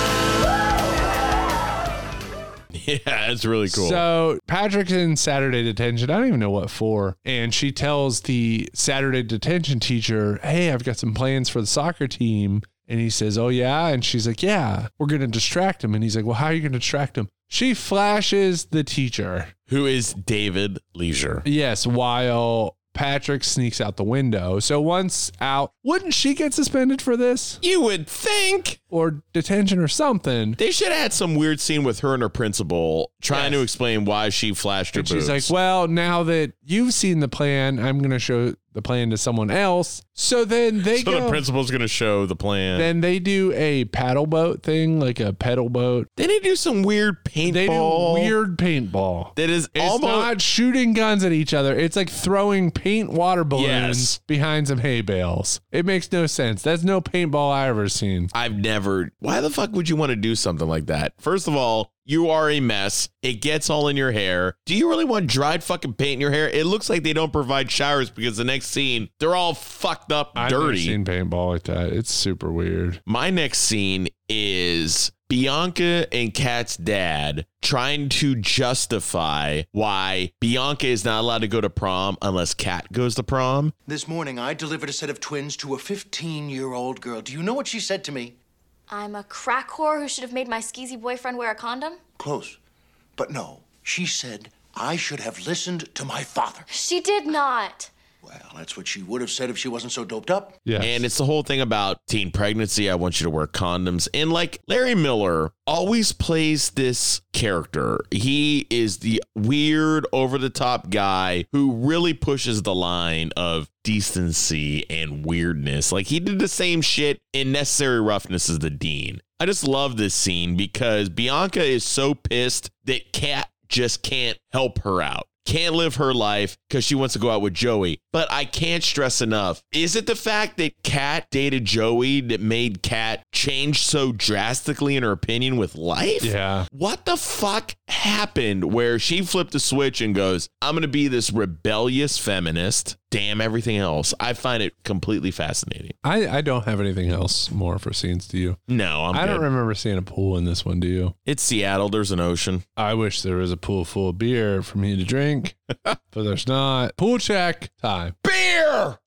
Yeah, it's really cool.
So Patrick's in Saturday detention. I don't even know what for. And she tells the Saturday detention teacher, Hey, I've got some plans for the soccer team. And he says, Oh, yeah. And she's like, Yeah, we're going to distract him. And he's like, Well, how are you going to distract him? She flashes the teacher.
Who is David Leisure?
Yes, while Patrick sneaks out the window. So once out, wouldn't she get suspended for this?
You would think.
Or detention or something.
They should have had some weird scene with her and her principal trying to explain why she flashed her
And she's like,
boobs.
well, now that you've seen the plan, I'm going to show the plan to someone else. So then they
so
go.
the principal's going to show the plan.
then they do a paddle boat thing, like a pedal boat.
Then they do some weird paintball.
They do weird paintball.
that is
It's
almost
not shooting guns at each other. It's like throwing paint water balloons
Yes.
behind some hay bales. It makes no sense. That's no paintball I ever seen.
I've never. Why the fuck would you want to do something like that? First of all, you are a mess. It gets all in your hair. Do you really want dried fucking paint in your hair? It looks like they don't provide showers because the next scene they're all fucked up,
I've never
dirty.
seen paintball like that. It's super weird.
My next scene is Bianca and Kat's dad trying to justify why Bianca is not allowed to go to prom unless Kat goes to prom.
This morning, I delivered a set of twins to a 15 year old girl. Do you know what she said to me?
I'm a crack whore who should have made my skeezy boyfriend wear a condom.
Close. But no, she said, I should have listened to my father.
She did not.
Well, that's what she would have said if she wasn't so doped up.
Yeah.
And it's the whole thing about teen pregnancy. I want you to wear condoms. And like Larry Miller always plays this character. He is the weird, over the top guy who really pushes the line of decency and weirdness. Like he did the same shit in Necessary Roughness as the Dean. I just love this scene because Bianca is so pissed that Kat just can't help her out. Can't live her life because she wants to go out with Joey. But I can't stress enough. Is it the fact that Kat dated Joey that made Kat change so drastically in her opinion with life?
Yeah.
What the fuck happened where she flipped a switch and goes, I'm going to be this rebellious feminist? Damn everything else. I find it completely fascinating.
I, I don't have anything else more for scenes to you.
No, I'm
I
I am
don't remember seeing a pool in this one, do you?
It's Seattle. There's an ocean.
I wish there was a pool full of beer for me to drink, but there's not. Pool check time.
Beer!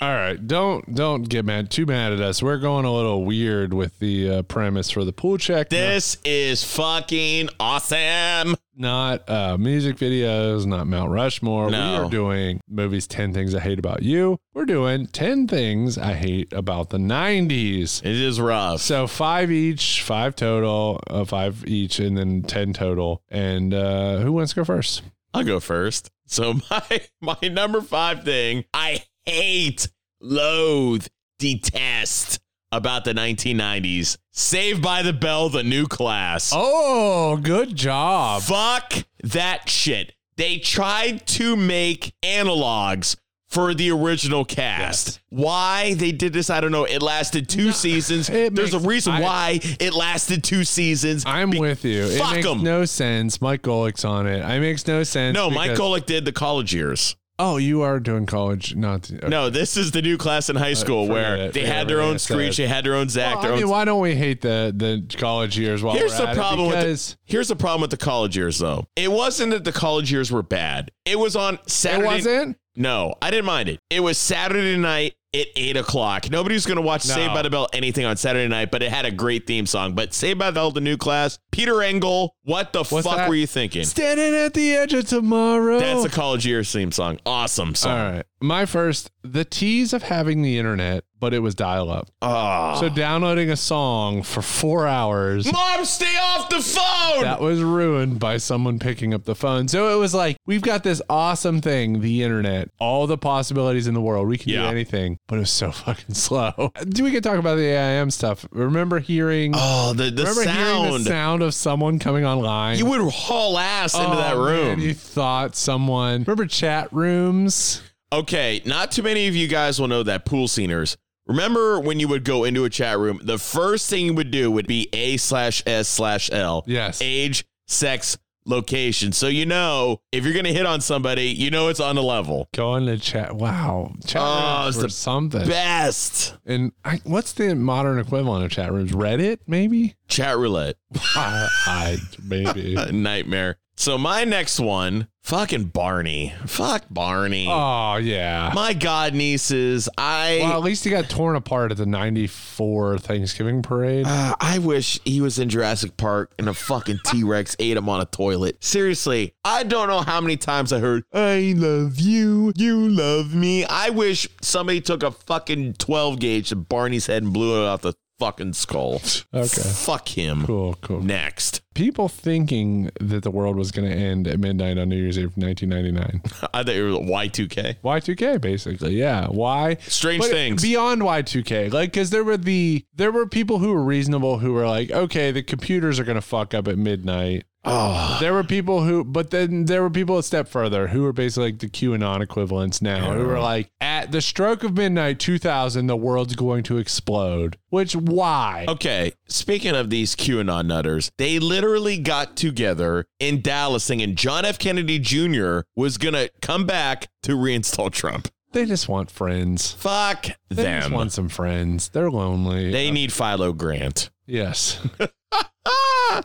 All right, don't don't get mad too mad at us. We're going a little weird with the uh, premise for the pool check.
This is fucking awesome.
not uh, music videos, not Mount Rushmore.
No.
We are doing movies 10 Things I Hate About You. We're doing 10 Things I Hate About the 90s.
It is rough.
So five each, five total, uh, five each, and then 10 total. And uh, who wants to go first?
I'll go first. So my my number five thing I hate, loathe, detest about the 1990s. Saved by the Bell, the new class.
Oh, good job.
Fuck that shit. They tried to make analogs for the original cast. Why they did this, I don't know. It lasted two seasons.
it
There's
makes-
a reason
I-
why it lasted two seasons.
I'm
Be-
with you. It
Fuck
makes
'em.
no sense. Mike Golick's on it. It makes no sense.
No, Mike
because-
Golick did the college years.
Oh, you are doing college, not the,
No, this is the new class in high school
Uh, forget
where
it.
they
Forget
had their
everything I
own screech,
said.
they had their own Zach,
Well,
their
I
own.
mean, why don't we hate the the college years while
here's
we're
the
at
problem
it
with
because
the, here's the problem with the college years though. It wasn't that the college years were bad. It was on Saturday.
it wasn't.
No, I didn't mind it. It was Saturday night at eight o'clock. Nobody's going to watch
No.
Saved by the Bell anything on Saturday night, but it had a great theme song. But Saved by the Bell, the new class, Peter Engel. What the fuck
that?
were you thinking?
Standing at the edge of tomorrow.
That's a college year theme song. Awesome song.
All right. My first, the tease of having the internet, but it was dial up.
Oh.
So downloading a song for four hours.
Mom, stay off the phone.
That was ruined by someone picking up the phone. So it was like, we've got this awesome thing, the internet, all the possibilities in the world. We can do anything, but it was so fucking slow. Do we can talk about the AIM stuff? Remember hearing
Oh, the, the
remember hearing
sound.
the sound of someone coming online?
You would haul ass into that
Oh,
room.
man, you thought someone remember chat rooms?
Okay, not too many of you guys will know that pool sceners. Remember when you would go into a chat room, the first thing you would do would be A slash S slash L.
Yes.
Age, sex, location. So you know if you're gonna hit on somebody, you know it's on the level.
Going to chat. Wow, chat
Oh,
rooms
it's
were
the
something
Best.
And I, what's the modern equivalent of chat rooms? Reddit, maybe.
Chat roulette.
I, I maybe.
Nightmare. So my next one, fucking Barney. Fuck Barney.
Oh yeah.
My God, nieces. I
well, at least he got torn apart at the '94 Thanksgiving parade.
Uh, I wish he was in Jurassic Park and a fucking T Rex ate him on a toilet. Seriously, I don't know how many times I heard, I love you, you love me. I wish somebody took a fucking 12 gauge to Barney's head and blew it out the fucking skull.
Okay.
Fuck him.
Cool, cool.
Next.
People thinking that the world was going to end at midnight on New Year's Eve, 1999.
I thought it was Y2K.
Y2K, basically, yeah. Why?
Strange
But
things.
beyond Y2K, like because there were the there were people who were reasonable who were like, okay, the computers are going to fuck up at midnight.
Oh.
There were people who, but then there were people a step further who were basically like the QAnon equivalents now, who were like, at the stroke of midnight 2000, the world's going to explode. Which, why?
Okay, speaking of these QAnon nutters, they literally got together in Dallas singing John F. Kennedy Jr. was gonna come back to reinstall Trump.
They just want friends.
Fuck
They just
them.
want some friends. They're lonely.
They need Philo Grant. Ah,
yes.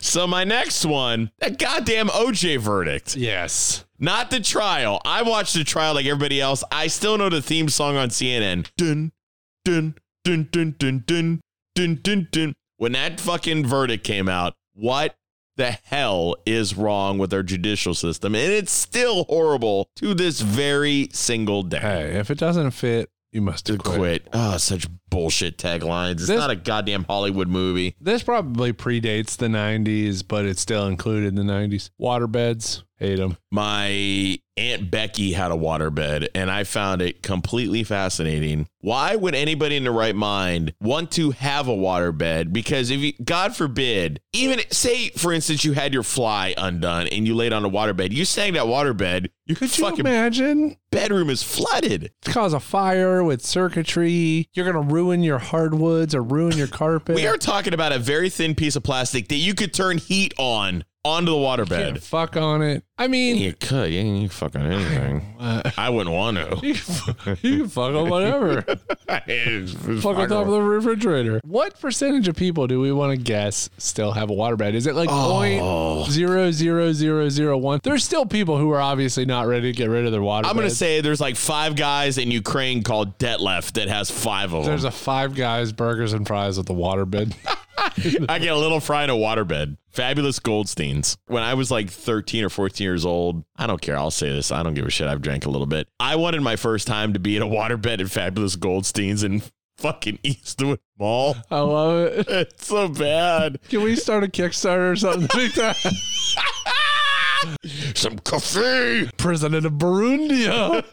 So my next one, that goddamn OJ verdict.
Yes.
Not the trial. I watched the trial like everybody else. I still know the theme song on CNN. Dun, dun, dun, dun, dun, dun, dun, dun, dun. When that fucking verdict came out, what the hell is wrong with our judicial system? And it's still horrible to this very single day.
Hey, if it doesn't fit, you must have quit.
Quit. Oh, such bullshit taglines. It's
This-
not a goddamn Hollywood movie.
This probably predates the 90s, but it's still included in the 90s. Waterbeds, hate them.
my aunt becky had a waterbed and i found it completely fascinating why would anybody in the right mind want to have a waterbed because if you god forbid even say for instance you had your fly undone and you laid on a waterbed you sang that waterbed your
Could you
fucking
imagine?
bedroom is flooded
Cause a fire with circuitry. You're going to ruin your hardwoods or ruin your carpet.
we are talking about a very thin piece of plastic that you could turn heat on onto the
Can't
waterbed
fuck on it. I mean,
you could you can fuck on anything
uh,
i wouldn't want to
you, can, fu- you can fuck on whatever. fuck on
fuck
top of the refrigerator. What percentage of people do we want to guess still have a waterbed? Is it like
Oh.
point zero zero zero zero one? There's still people who are obviously not ready to get rid of their waterbed.
I'm gonna say there's like five guys in Ukraine called Detlef that has five of
There's
them.
a Five Guys burgers and fries with a waterbed.
I get a little fry in a waterbed. Fabulous Goldsteins. When I was like 13 or 14 years old, I don't care. I'll say this. I don't give a shit. I've drank a little bit. I wanted my first time to be in a waterbed at Fabulous Goldsteins in fucking Eastwood Mall.
I love it.
It's so bad.
Can we start a Kickstarter or something like that?
Some coffee.
President of Burundia.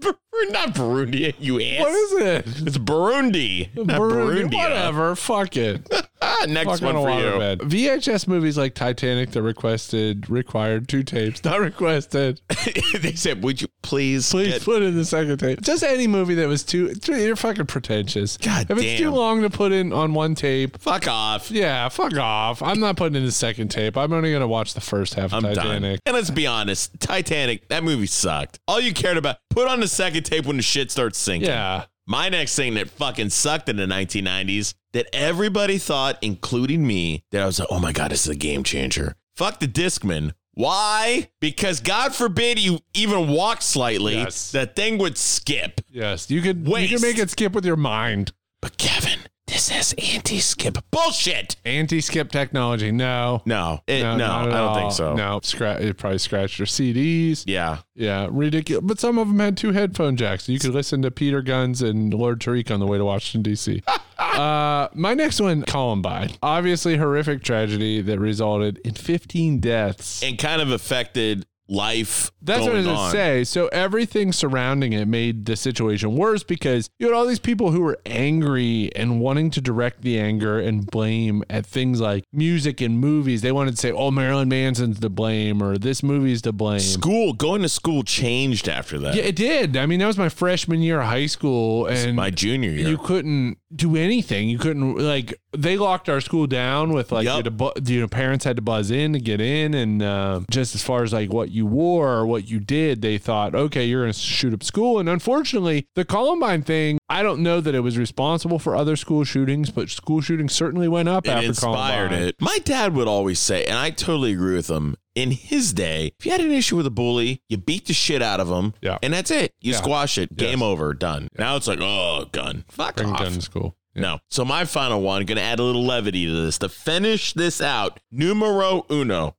We're not Burundi, you ass.
What is it?
It's Burundi. not
Burundi.
Burundi.
Whatever. Fuck it.
Ah, next
Fuck
one
on a
for you.
waterbed. VHS movies like Titanic that requested required two tapes. Not requested.
they said, "Would you please,
Please
get-
put in the second tape. Just any movie that was too. You're fucking pretentious.
God
if it's too
damn.
long to put in on one tape,
fuck off?"
yeah, fuck off. I'm not putting in the second tape. I'm only gonna watch the first half of
I'm done.
Titanic.
And let's be honest, Titanic, that movie sucked. All you cared about, put on the second tape when the shit starts sinking.
Yeah.
My next thing that fucking sucked in the 1990s that everybody thought, including me, that I was like, oh my God, this is a game changer. Fuck the Discman. Why? Because God forbid you even walk slightly,
Yes.
that thing would skip.
Yes, you could
Waste.
you could make it skip with your mind.
But Kevin, this has anti-skip bullshit.
Anti-skip technology? No,
no, it, no,
not at
I don't
all.
think so.
No, scratch. It probably scratched your CDs.
Yeah,
yeah, ridiculous. But some of them had two headphone jacks. You could listen to Peter Guns and Lord Tariq on the way to Washington D.C. uh, my next one, Columbine. Obviously, horrific tragedy that resulted in 15 deaths.
And kind of affected life.
That's what I
going
was going
on.
to say. So everything surrounding it made the situation worse because you had all these people who were angry and wanting to direct the anger and blame at things like music and movies. They wanted to say, "Oh, Marilyn Manson's to blame," or "This movie's to blame."
School going to school changed after that.
Yeah, it did. I mean, that was my freshman year of high school, and
my junior year.
you couldn't do anything. You couldn't like they locked our school down with like
Yup.
you, had to bu- you know parents had to buzz in to get in, and uh, just as far as like what you wore or what you did, they thought okay, you're gonna shoot up school. And unfortunately, the Columbine thing, I don't know that it was responsible for other school shootings, but school shootings certainly went up
it
after
inspired
Columbine.
it. My dad would always say, and I totally agree with him. In his day, if you had an issue with a bully, you beat the shit out of him,
Yeah.
and that's it. You
Yeah.
squash it. Game over. Done. Now it's like, oh, gun. Fuck
Bring
off.
gun to school.
No. So my final one, going to add a little levity to this to finish this out. Numero uno.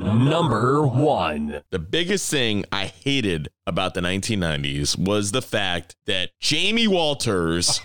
Number one. The biggest thing I hated about the 1990s was the fact that Jamie Walters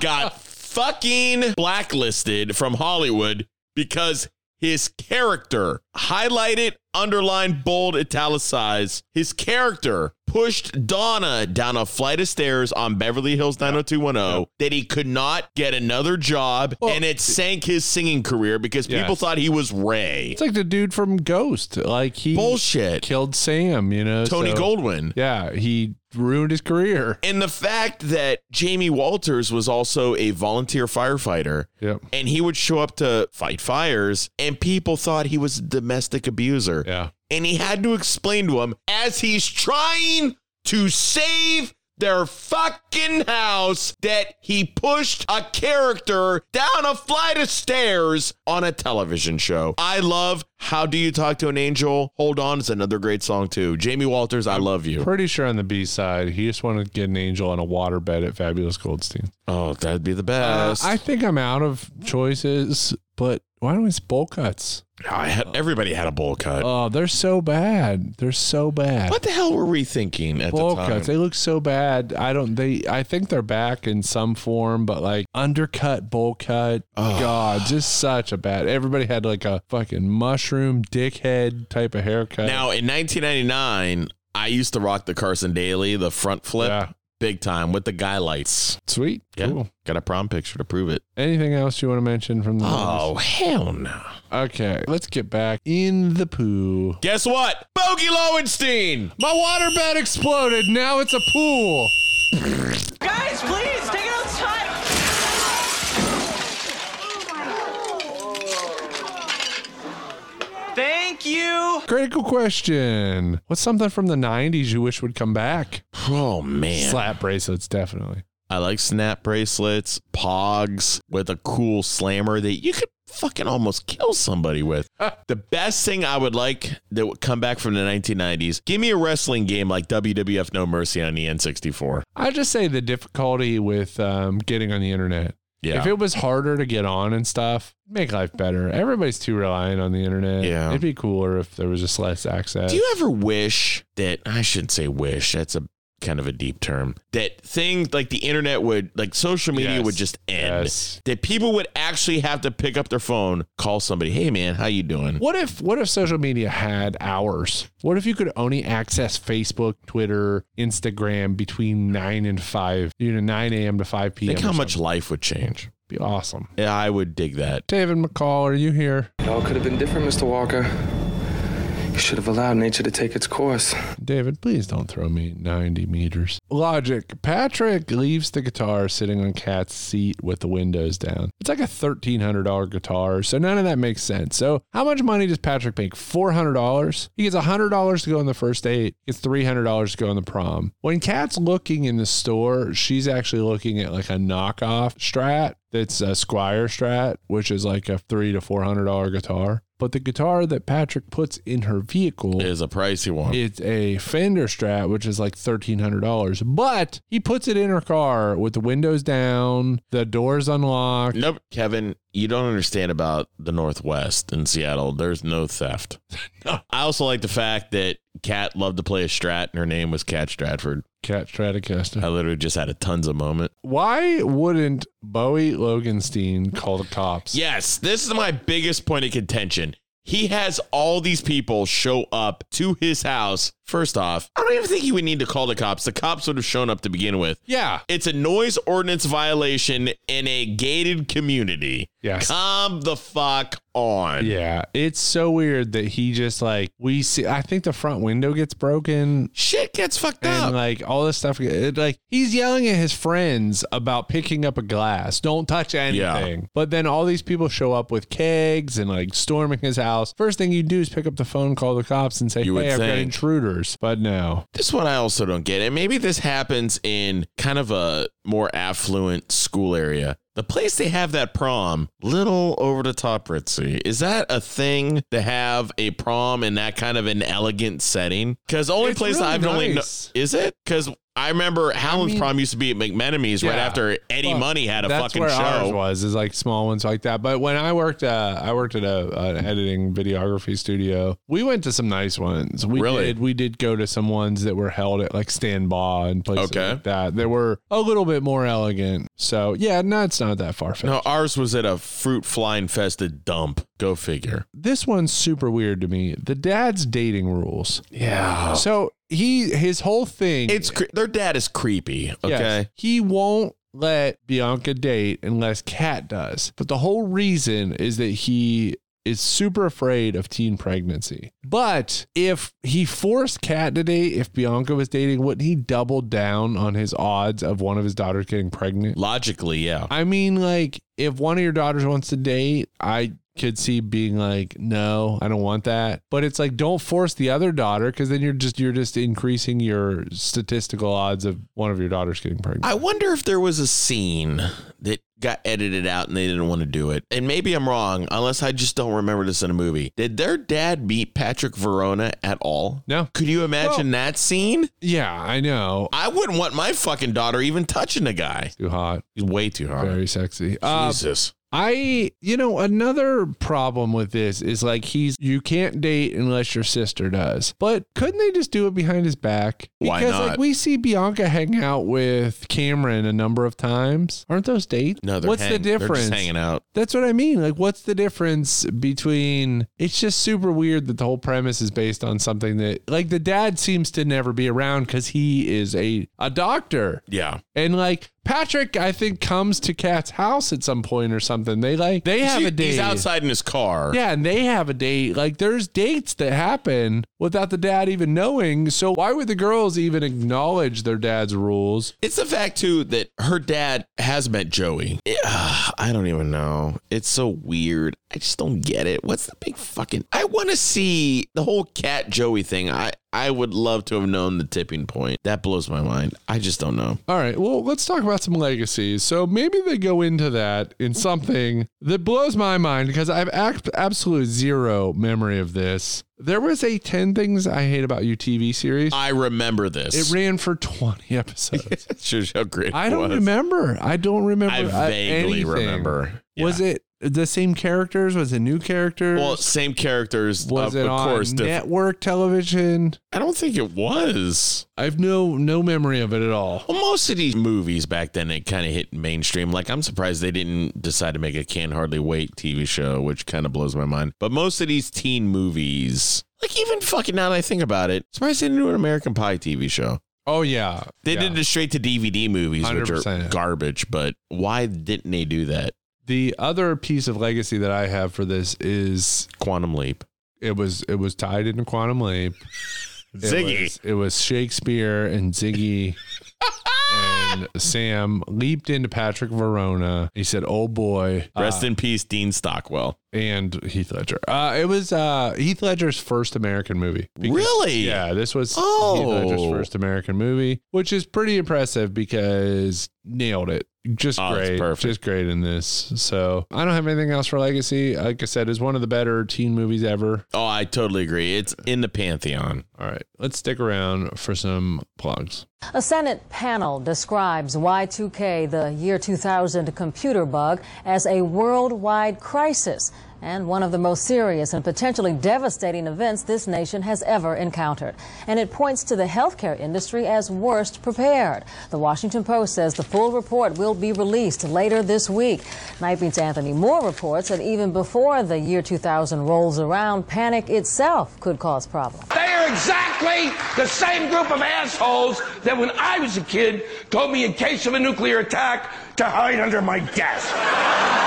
got fucking blacklisted from Hollywood because his character, highlighted, underlined, bold, italicized, his character pushed Donna down a flight of stairs on Beverly Hills 90210 that he could not get another job and it sank his singing career because people
Yes.
thought he was Ray.
It's like the dude from Ghost. Like he
Bullshit.
killed Sam. You know,
Tony
so-
Goldwyn.
Yeah, he ruined his career.
And the fact that Jamie Walters was also a volunteer firefighter
Yep.
and he would show up to fight fires and people thought he was a domestic abuser
Yeah.
and he had to explain to him as he's trying to save their fucking house that he pushed a character down a flight of stairs on a television show. I love How Do You Talk to an Angel? Hold On is another great song too. Jamie Walters, I love you.
Pretty sure on the B side, he just wanted to get an angel on a waterbed at Fabulous Goldstein.
Oh, that'd be the
Uh,
best.
I think I'm out of choices, but why don't we just bowl cuts?
I had, everybody had a bowl cut.
Oh, they're so bad. They're so bad.
what the hell were we thinking at
Bowl
the time?
cuts. They look so bad. I don't. They. I think they're back in some form, but like undercut, bowl cut. God, just such a bad. Everybody had like a fucking mushroom dickhead type of haircut.
Now in 1999, I used to rock the Carson Daly, the front flip,
Yeah.
big time with the guy lights.
Sweet.
Yeah,
Cool.
got a prom picture to prove it.
Anything else you want to mention from the?
Oh
movies?
hell no!
Okay, let's get back in the poo.
Guess what? Bogey Lowenstein.
My waterbed exploded. Now it's a pool.
Guys, please, take it outside. Thank you.
Critical question. What's something from the 90s you wish would come back?
Oh man,
Slap bracelets, definitely.
I like snap bracelets, pogs with a cool slammer that you could fucking almost kill somebody with. the best thing I would like that would come back from the 1990s. Give me a wrestling game like WWF No Mercy on the N64.
I just say the difficulty with um, getting on the internet.
Yeah.
If it was harder to get on and stuff, make life better. Everybody's too reliant on the internet.
Yeah.
It'd be cooler if there was just less access.
Do you ever wish that I shouldn't say wish, that's a kind of a deep term. That things like the internet would like social media
Yes.
would just end.
Yes.
That people would actually have to pick up their phone, call somebody, "Hey man, how you doing?"
What if what if social media had hours? What if you could only access Facebook, Twitter, Instagram between nine and five, you know, nine a.m. to five p.m.
Think
or
how much
something?
life would change.
be awesome.
Yeah, I would dig that.
David McCall, are you here?
Oh, It all could have been different, Mr. Walker. You should have allowed nature to take its course.
David, please don't throw me 90 meters. Logic. Patrick leaves the guitar sitting on Kat's seat with the windows down. It's like a $1,300 guitar, so none of that makes sense. So, how much money does Patrick make? $400? He gets $100 to go on the first date, gets $300 to go on the prom. When Kat's looking in the store, she's actually looking at like a knockoff strat that's a Squire strat, which is like a three to four hundred dollar guitar. But the guitar that Patrick puts in her vehicle
is a pricey one.
It's a Fender Strat, which is like thirteen hundred dollars. But he puts it in her car with the windows down, the doors unlocked.
Nope, Kevin, you don't understand about the Northwest in Seattle. There's no theft. I also like the fact that Kat loved to play a Strat, and her name was Kat Stratford.
Cat Stratocaster.
I literally just had a tons of moment.
Why wouldn't Bowie Logenstein call the cops?
Yes, this is my biggest point of contention. He has all these people show up to his house. First off, I don't even think he would need to call the cops. The cops would have shown up to begin with.
Yeah.
It's a noise ordinance violation in a gated community.
Yes.
Come the fuck on.
Yeah, it's so weird that he just like we see. I think the front window gets broken.
Shit gets fucked
and
up.
like all this stuff. It, like he's yelling at his friends about picking up a glass. Don't touch anything. But then all these people show up with kegs and like storming his house. First thing you do is pick up the phone, call the cops, and say,
You would
"Hey, I've got
think.
intruders." But no,
This one I also don't get. And maybe this happens in kind of a more affluent school area. The place they have that prom, little over the top ritzy. Is that a thing to have a prom in that kind of an elegant setting? Because only
It's
place
really
I've only kno-
nice.
is it? Because I remember Howland's
mean-
prom used to be at McMenamin's right
Yeah.
after Eddie
Fuck.
Money had a
That's
fucking
where ours
show.
was is like small ones like that. But when I worked, uh, I worked at a, an editing videography studio. We went to some nice ones. We
Really?
did. We did go to some ones that were held at like Stan Baugh and places
Okay.
like that. They were a little bit more elegant. So yeah, no, it's not that far fetched.
No, ours was at a fruit fly infested dump. Go figure.
This one's super weird to me. The dad's dating rules.
Yeah.
So he his whole thing.
It's cre- their dad is creepy. Okay.
Yes. He won't let Bianca date unless Kat does. But the whole reason is that he is super afraid of teen pregnancy. But if he forced Kat to date, if Bianca was dating, wouldn't he double down on his odds of one of his daughters getting pregnant?
Logically, yeah.
I mean, like, if one of your daughters wants to date, I could see being like, no, I don't want that. But it's like, don't force the other daughter because then you're just you're just increasing your statistical odds of one of your daughters getting pregnant.
I wonder if there was a scene that got edited out and they didn't want to do it. And maybe I'm wrong, unless I just don't remember this in a movie. Did their dad meet Patrick Verona at all?
No.
Could you imagine that scene?
Yeah, I know.
I wouldn't want my fucking daughter even touching the guy.
Too hot.
He's way too hot.
Very sexy. Uh,
Jesus.
I, you know, another problem with this is like he's you can't date unless your sister does. But couldn't they just do it behind his back?
Why
because
not?
like we see Bianca hang out with Cameron a number of times. Aren't those dates?
No, they're
What's
hang-
the
they're
difference?
just hanging out.
That's what I mean. Like, what's the difference between it's just super weird that the whole premise is based on something that, like, the dad seems to never be around because he is a, a doctor.
Yeah.
And, like, Patrick, I think, comes to Kat's house at some point or something. They, like, they have
He's-
a date.
He's outside in his car.
Yeah, and they have a date. Like, there's dates that happen without the dad even knowing. So, why would the girls even acknowledge their dad's rules?
It's the fact too that her dad has met Joey. It- ah, I don't even know. It's so weird. I just don't get it. What's the big fucking? I want to see the whole cat Joey thing. I I would love to have known the tipping point. That blows my mind. I just don't know.
All right, well, let's talk about some legacies. So maybe they go into that in something that blows my mind because I have ac- absolute zero memory of this. There was a 10 Things I Hate About You TV series.
I remember this.
It ran for 20 episodes.
Shows how great.
I don't
it was.
remember. I don't remember.
I
uh,
vaguely
anything.
remember.
Was it the same characters? Was it new characters?
Well, same characters.
was
of,
it
of
on
course, diff-
network television?
I don't think it was.
I have no no memory of it at all.
Well, most of these movies back then they kind of hit mainstream. Like I'm surprised they didn't decide to make a Can Hardly Wait TV show, which kind of blows my mind. But most of these teen movies, like even fucking now that I think about it, surprised they didn't do an American Pie TV show.
Oh yeah,
They
yeah.
did the straight to DVD movies, which are
100%.
garbage. But why didn't they do that?
The other piece of legacy that I have for this is
Quantum Leap.
it was it was tied into Quantum Leap. It
Ziggy.
was- it was Shakespeare and Ziggy. and Sam leaped into Patrick Verona. He said, "Oh boy,
Rest in peace, Dean Stockwell.
and Heath Ledger. Uh, it was uh, Heath Ledger's first American movie.
Really?
Yeah, this was
Oh.
Heath Ledger's first American movie, which is pretty impressive because nailed it. just
Oh, it's
great,
perfect.
just great in this. So I don't have anything else for Legacy. Like I said, it's one of the better teen movies ever.
Oh, I totally agree. It's in the pantheon.
All right, let's stick around for some plugs.
A Senate panel describes Y2K, the year 2000 computer bug, as a worldwide crisis and one of the most serious and potentially devastating events this nation has ever encountered. And it points to the healthcare industry as worst prepared. The Washington Post says the full report will be released later this week. Nightbeat's Anthony Moore reports that even before the year 2000 rolls around, panic itself could cause problems.
They are exactly the same group of assholes that when I was a kid told me in case of a nuclear attack to hide under my desk.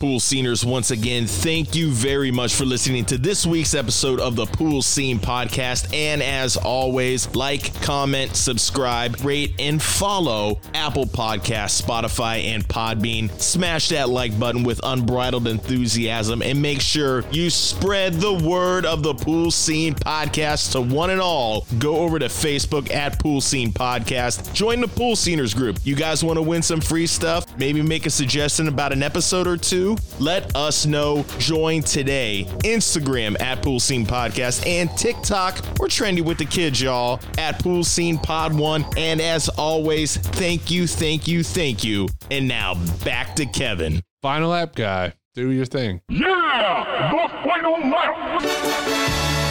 Pool Sceners, once again, thank you very much for listening to this week's episode of the Pool Scene Podcast. And as always, like, comment, subscribe, rate, and follow Apple Podcasts, Spotify, and Podbean. Smash that like button with unbridled enthusiasm and make sure you spread the word of the Pool Scene Podcast to one and all. Go over to Facebook at Pool Scene Podcast. Join the Pool Sceners group. You guys want to win some free stuff? Maybe make a suggestion about an episode or two? Let us know. Join today. Instagram at Pool Scene Podcast and TikTok. We're trendy with the kids, y'all, at Pool Scene Pod One. And as always, thank you, thank you, thank you. And now back to Kevin.
Final app guy, do your thing.
Yeah, the final lap.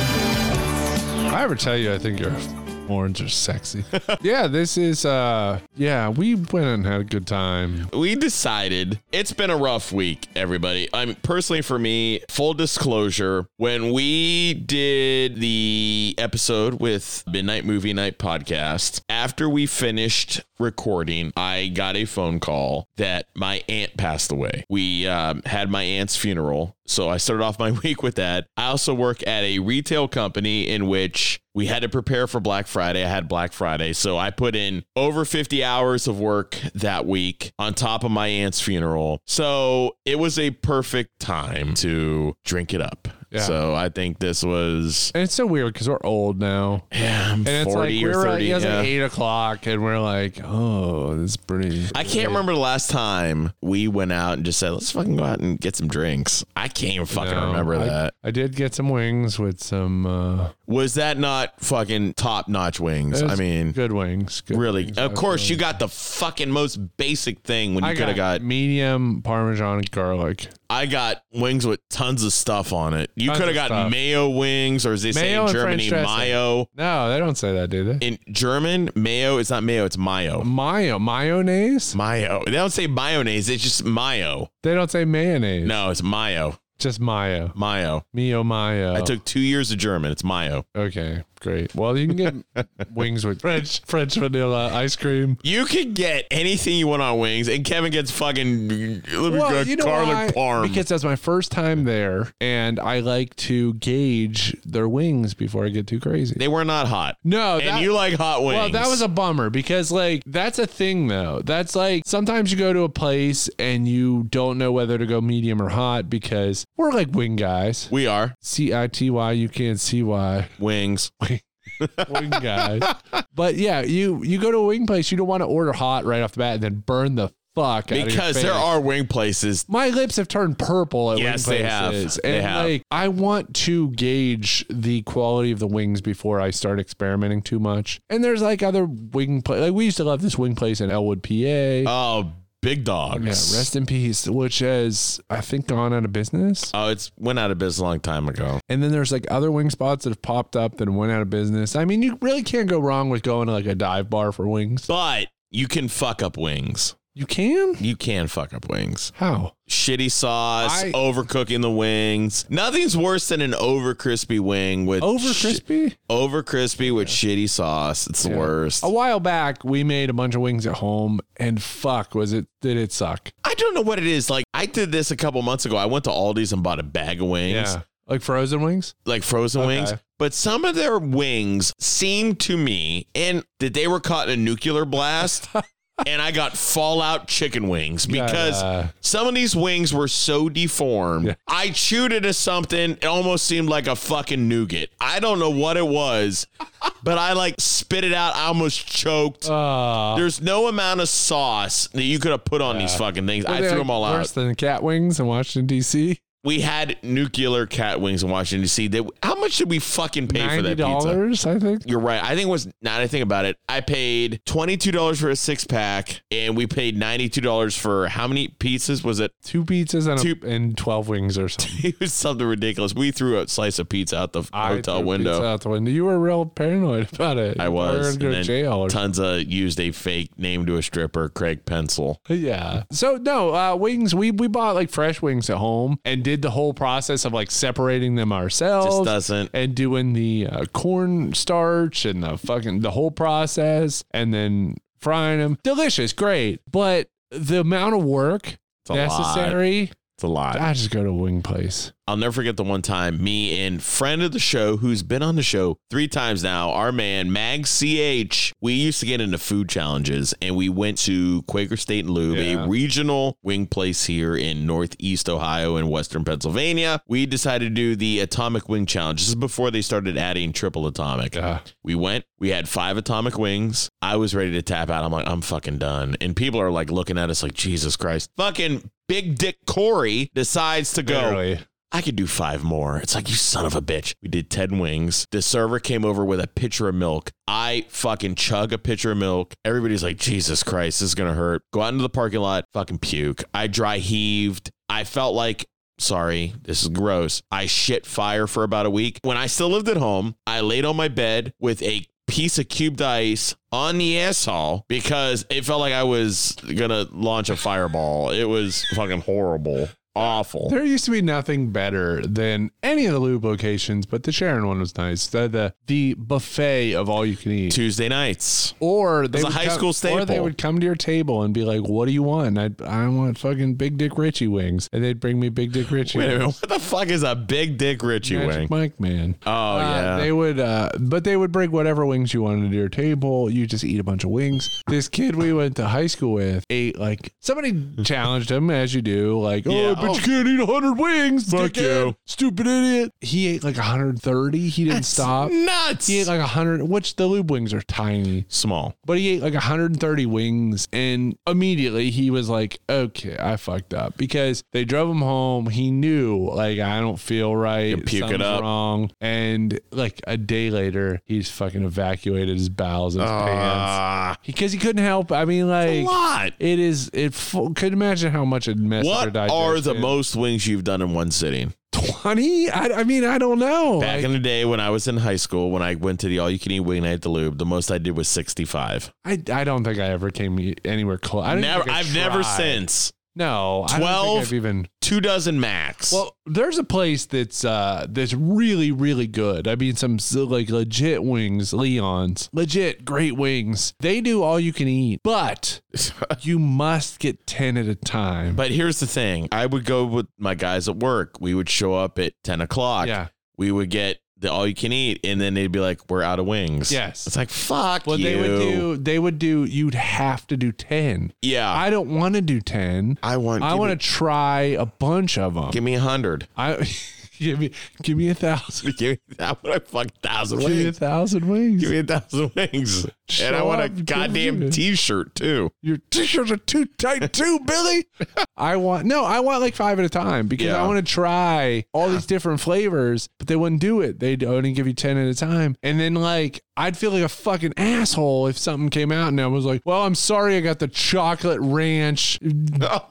If I ever tell you, I think your horns are sexy. yeah, this is. uh Yeah, we went and had a good time.
we decided it's been a rough week, everybody. I mean, personally, for me, full disclosure, when we did the episode with Midnight Movie Night podcast, after we finished recording, I got a phone call that my aunt passed away. We um, had my aunt's funeral. So I started off my week with that. I also work at a retail company in which we had to prepare for Black Friday. I had Black Friday. So I put in over 50 hours of work that week on top of my aunt's funeral. So it was a perfect time to drink it up.
Yeah.
So I think this was.
And it's so weird because we're old now.
Yeah, I'm
and it's
40
like
or
we were like,
30,
it was
yeah.
like eight o'clock, and we're like, oh, this is pretty.
I can't remember the last time we went out and just said, let's fucking go out and get some drinks. I can't even fucking
No,
remember
I-
that.
I did get some wings with some. uh
Was that not fucking top notch wings?
It
I
was
mean,
good wings. Good
really.
wings,
of course,
absolutely.
you got the fucking most basic thing when you
I
could have got.
medium Parmesan garlic.
I got wings with tons of stuff on it. You
Tons
could have
of
got
stuff.
mayo wings, or as they
Mayo
say
and
in Germany,
French dressing.
mayo.
No, they don't say that, do they?
In German, mayo is not mayo; it's mayo.
Mayo, mayonnaise.
Mayo. They don't say mayonnaise; it's just mayo.
They don't say mayonnaise.
No, it's mayo.
Just mayo.
Mayo.
Mio mayo.
I took two years of German. It's mayo.
Okay, great. Well, you can get wings with French French vanilla ice cream.
You could get anything you want on wings, and Kevin gets fucking let me
Well,
get
you know why?
garlic parm.
Because that's my first time there, and I like to gauge their wings before I get too crazy.
they were not hot.
No,
and
that-
you like hot wings.
Well, that was a bummer because like that's a thing though. That's like sometimes you go to a place and you don't know whether to go medium or hot because we're like wing guys.
we are
C I T Y, you can't see why.
wings.
Wing guys. but yeah, you you go to a wing place, you don't want to order hot right off the bat and then burn the fuck out of your
Because
face.
there are wing places
My lips have turned purple at
Yes,
wing
they have.
places.
They
and
have.
like I want to gauge the quality of the wings before I start experimenting too much. And there's like other wing place like we used to love this wing place in Elwood, PA.
Oh, big dogs.
yeah, rest in peace, which has I think gone out of business.
Oh, it's went out of business a long time ago.
And then there's like other wing spots that have popped up that went out of business. I mean, you really can't go wrong with going to like a dive bar for wings.
But you can fuck up wings.
You can?
You can fuck up wings.
How?
Shitty sauce,
I-
overcooking the wings. Nothing's worse than an over crispy wing with
Over crispy?
over crispy with shitty sauce. It's the worst.
A while back, we made a bunch of wings at home, and fuck, was it did it suck?
I don't know what it is. Like I did this a couple months ago. I went to Aldi's and bought a bag of wings.
Yeah. Like frozen wings?
like frozen
Okay.
wings. But some of their wings seemed to me, and that they were caught in a nuclear blast, and I got Fallout chicken wings because some of these wings were so deformed. I chewed into something. It almost seemed like a fucking nougat. I don't know what it was, but I like spit it out. I almost choked.
Ah.
There's no amount of sauce that you could have put on these fucking things.
Were
I
they,
threw them all
like,
out
Worse than cat wings in Washington D.C.
we had nuclear cat wings in Washington D.C. That how much did we fucking pay for
Ninety
that pizza?
dollars, I think.
You're right. I think it was now that I think about it. I paid twenty two dollars for a six pack, and we paid ninety two dollars for how many pizzas was it?
Two pizzas and,
Two-
a, and twelve wings or something.
It was something ridiculous. We threw a slice of pizza out the
I
hotel
threw
window.
pizza out the window. You were real paranoid about it.
I
You thought you
was.
were gonna go
and
to
then
jail. Or
Tunza used a fake name to a stripper, Craig Pencil.
Yeah. So no, uh, wings. We we bought like fresh wings at home and did the whole process of like separating them ourselves.
Just doesn't.
And doing the uh, corn starch and the fucking the whole process and then frying them. Delicious, great. But the amount of work
a
necessary.
It's a lot.
I just go to a wing place.
I'll never forget the one time me and friend of the show who's been on the show three times now, our man Mag CH. We used to get into food challenges and we went to Quaker State and Lube,
Yeah.
a regional wing place here in Northeast Ohio and Western Pennsylvania. We decided to do the Atomic Wing Challenge. This is before they started adding triple atomic. We went, we had five atomic wings. I was ready to tap out. I'm like, I'm fucking done. And people are like looking at us like, Jesus Christ. Fucking big dick Corey decides to go.
Barely.
I could do five more. It's like, you son of a bitch. We did 10 wings. The server came over with a pitcher of milk. I fucking chug a pitcher of milk. Everybody's like, Jesus Christ, this is going to hurt. Go out into the parking lot, fucking puke. I dry heaved. I felt like, sorry, this is gross. I shit fire for about a week. When I still lived at home, I laid on my bed with a piece of cubed ice on the asshole because it felt like I was going to launch a fireball. It was fucking horrible. Awful.
There used to be nothing better than any of the lube locations, but the Sharon one was nice. The the, the buffet of all you can eat.
Tuesday nights.
Or they
It's a
would
high
come-
school
Or they
staple.
would come to your table and be like, "What do you want?" And I I want fucking Big Dick Richie wings, and they'd bring me Big Dick Richie.
Wait a minute,
wings.
what the fuck is a big dick Richie wing?
Magic Mike man.
Oh
Uh,
yeah,
They would, uh, but they would bring whatever wings you wanted to your table. You just eat a bunch of wings. This kid we went to high school with ate like somebody challenged him as you do, like, oh,
Yeah.
but
Oh.
you can't eat hundred wings.
Fuck
dickhead,
you.
stupid idiot. He ate like 130. He didn't stop.
Nuts.
He ate like 100, which the lube wings are tiny,
small.
But he ate like 130 wings, and immediately he was like, "Okay, I fucked up." Because they drove him home. He knew, like, I don't feel right.
puke it
something's
up.
wrong. And like a day later, he's fucking evacuated his bowels and his
Ah.
pants because he couldn't help. I mean, like,
a lot.
It is. It fu- could imagine how much it messed
What
with their
are the
digestion.
most wings you've done in one sitting?
honey? I, I mean, I don't know.
Back in the day when I was in high school, when I went to the all you can eat wing night at the lube, the most I did was 65.
I, I don't think I ever came anywhere close. I don't even
Never,
think I
I've never
tried.
since.
No, I don't think
12,
I've even
two dozen max.
Well, there's a place that's uh that's really really good. I mean, some s- like legit wings, Leon's, legit great wings. They do all you can eat, but you must get ten at a time.
But here's the thing I would go with my guys at work. We would show up at 10 o'clock.
Yeah.
We would get the all you can eat, and then they'd be like, we're out of wings.
Yes.
It's like, fuck
Well,
you.
they would do. They would do. You'd have to do ten.
Yeah.
I don't want to do ten.
I want.
I
give
want
me-
to try a bunch of them.
Give me a hundred.
I give me give me a thousand.
give me I want a fuck thousand
Give me a
wings.
thousand wings.
Give me a thousand wings. and I
Show
want a
up, give
goddamn
it.
t-shirt too.
Your t-shirts are too tight, too, Billy. I want no, I want like five at a time because
Yeah.
I want to try all these different flavors, but they wouldn't do it. They'd only give you ten at a time, and then like I'd feel like a fucking asshole if something came out and I was like, "Well, I'm sorry, I got the chocolate ranch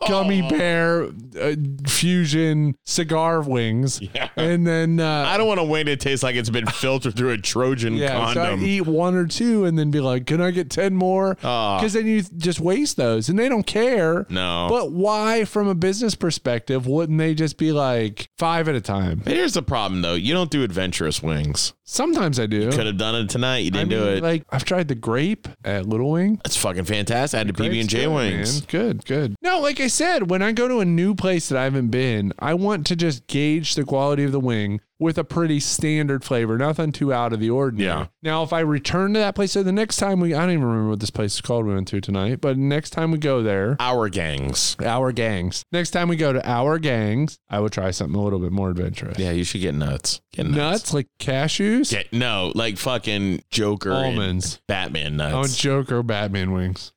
gummy bear uh, fusion cigar wings," and then uh,
I don't want a wing that tastes like it's been filtered through a Trojan
so I'd
condom.
eat one or two and then be like, "Can I get ten more?"
Ah.
Because then you just waste those, and they don't care.
No.
But why, from a business perspective, wouldn't they just be like five at a time?
But here's the problem though. You don't do adventurous wings.
Sometimes I do.
Could have done it tonight. You
I
didn't do
mean,
it.
Like I've tried the grape at Little Wing.
That's fucking fantastic. I had the PB and
Grape's
J
good,
wings.
man. Good, good. No, like I said, when I go to a new place that I haven't been, I want to just gauge the quality of the wing with a pretty standard flavor, nothing too out of the ordinary. Now, if I return to that place, so the next time we, I don't even remember what this place is called we went to tonight, but next time we go there,
Our gangs.
Our gangs. Next time we go to Our gangs, I will try something a little bit more adventurous.
Yeah, you should get nuts. Get
nuts. like cashews.
Get, no, like fucking Joker, and
Almonds. Oh,
Batman
I want
nuts. Ah!
Joker Batman wings.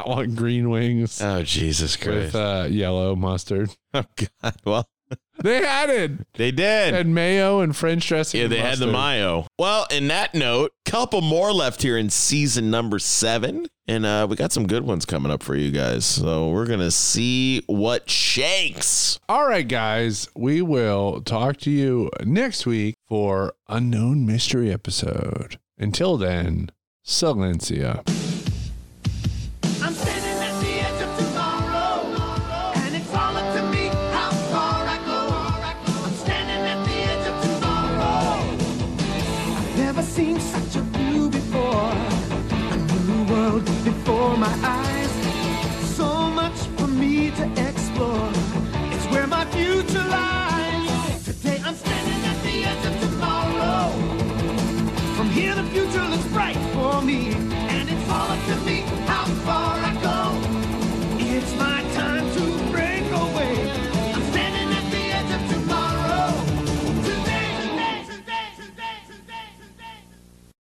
I want green wings.
Oh Jesus Christ!
With uh, yellow mustard.
oh God! Well,
They had it.
they did.
And mayo and French dressing.
Yeah,
and
they had the
mustard.
Mayo. Well, in that note, couple more left here in season number seven. And uh, we got some good ones coming up for you guys. So we're going to see what shakes.
All right, guys. We will talk to you next week for unknown mystery episode. Until then, silencia.
I'm standing at the edge of tomorrow, and it's all up to me how far I go. I'm standing at the edge of tomorrow.
I've never seen such a view before. A new world before my eyes.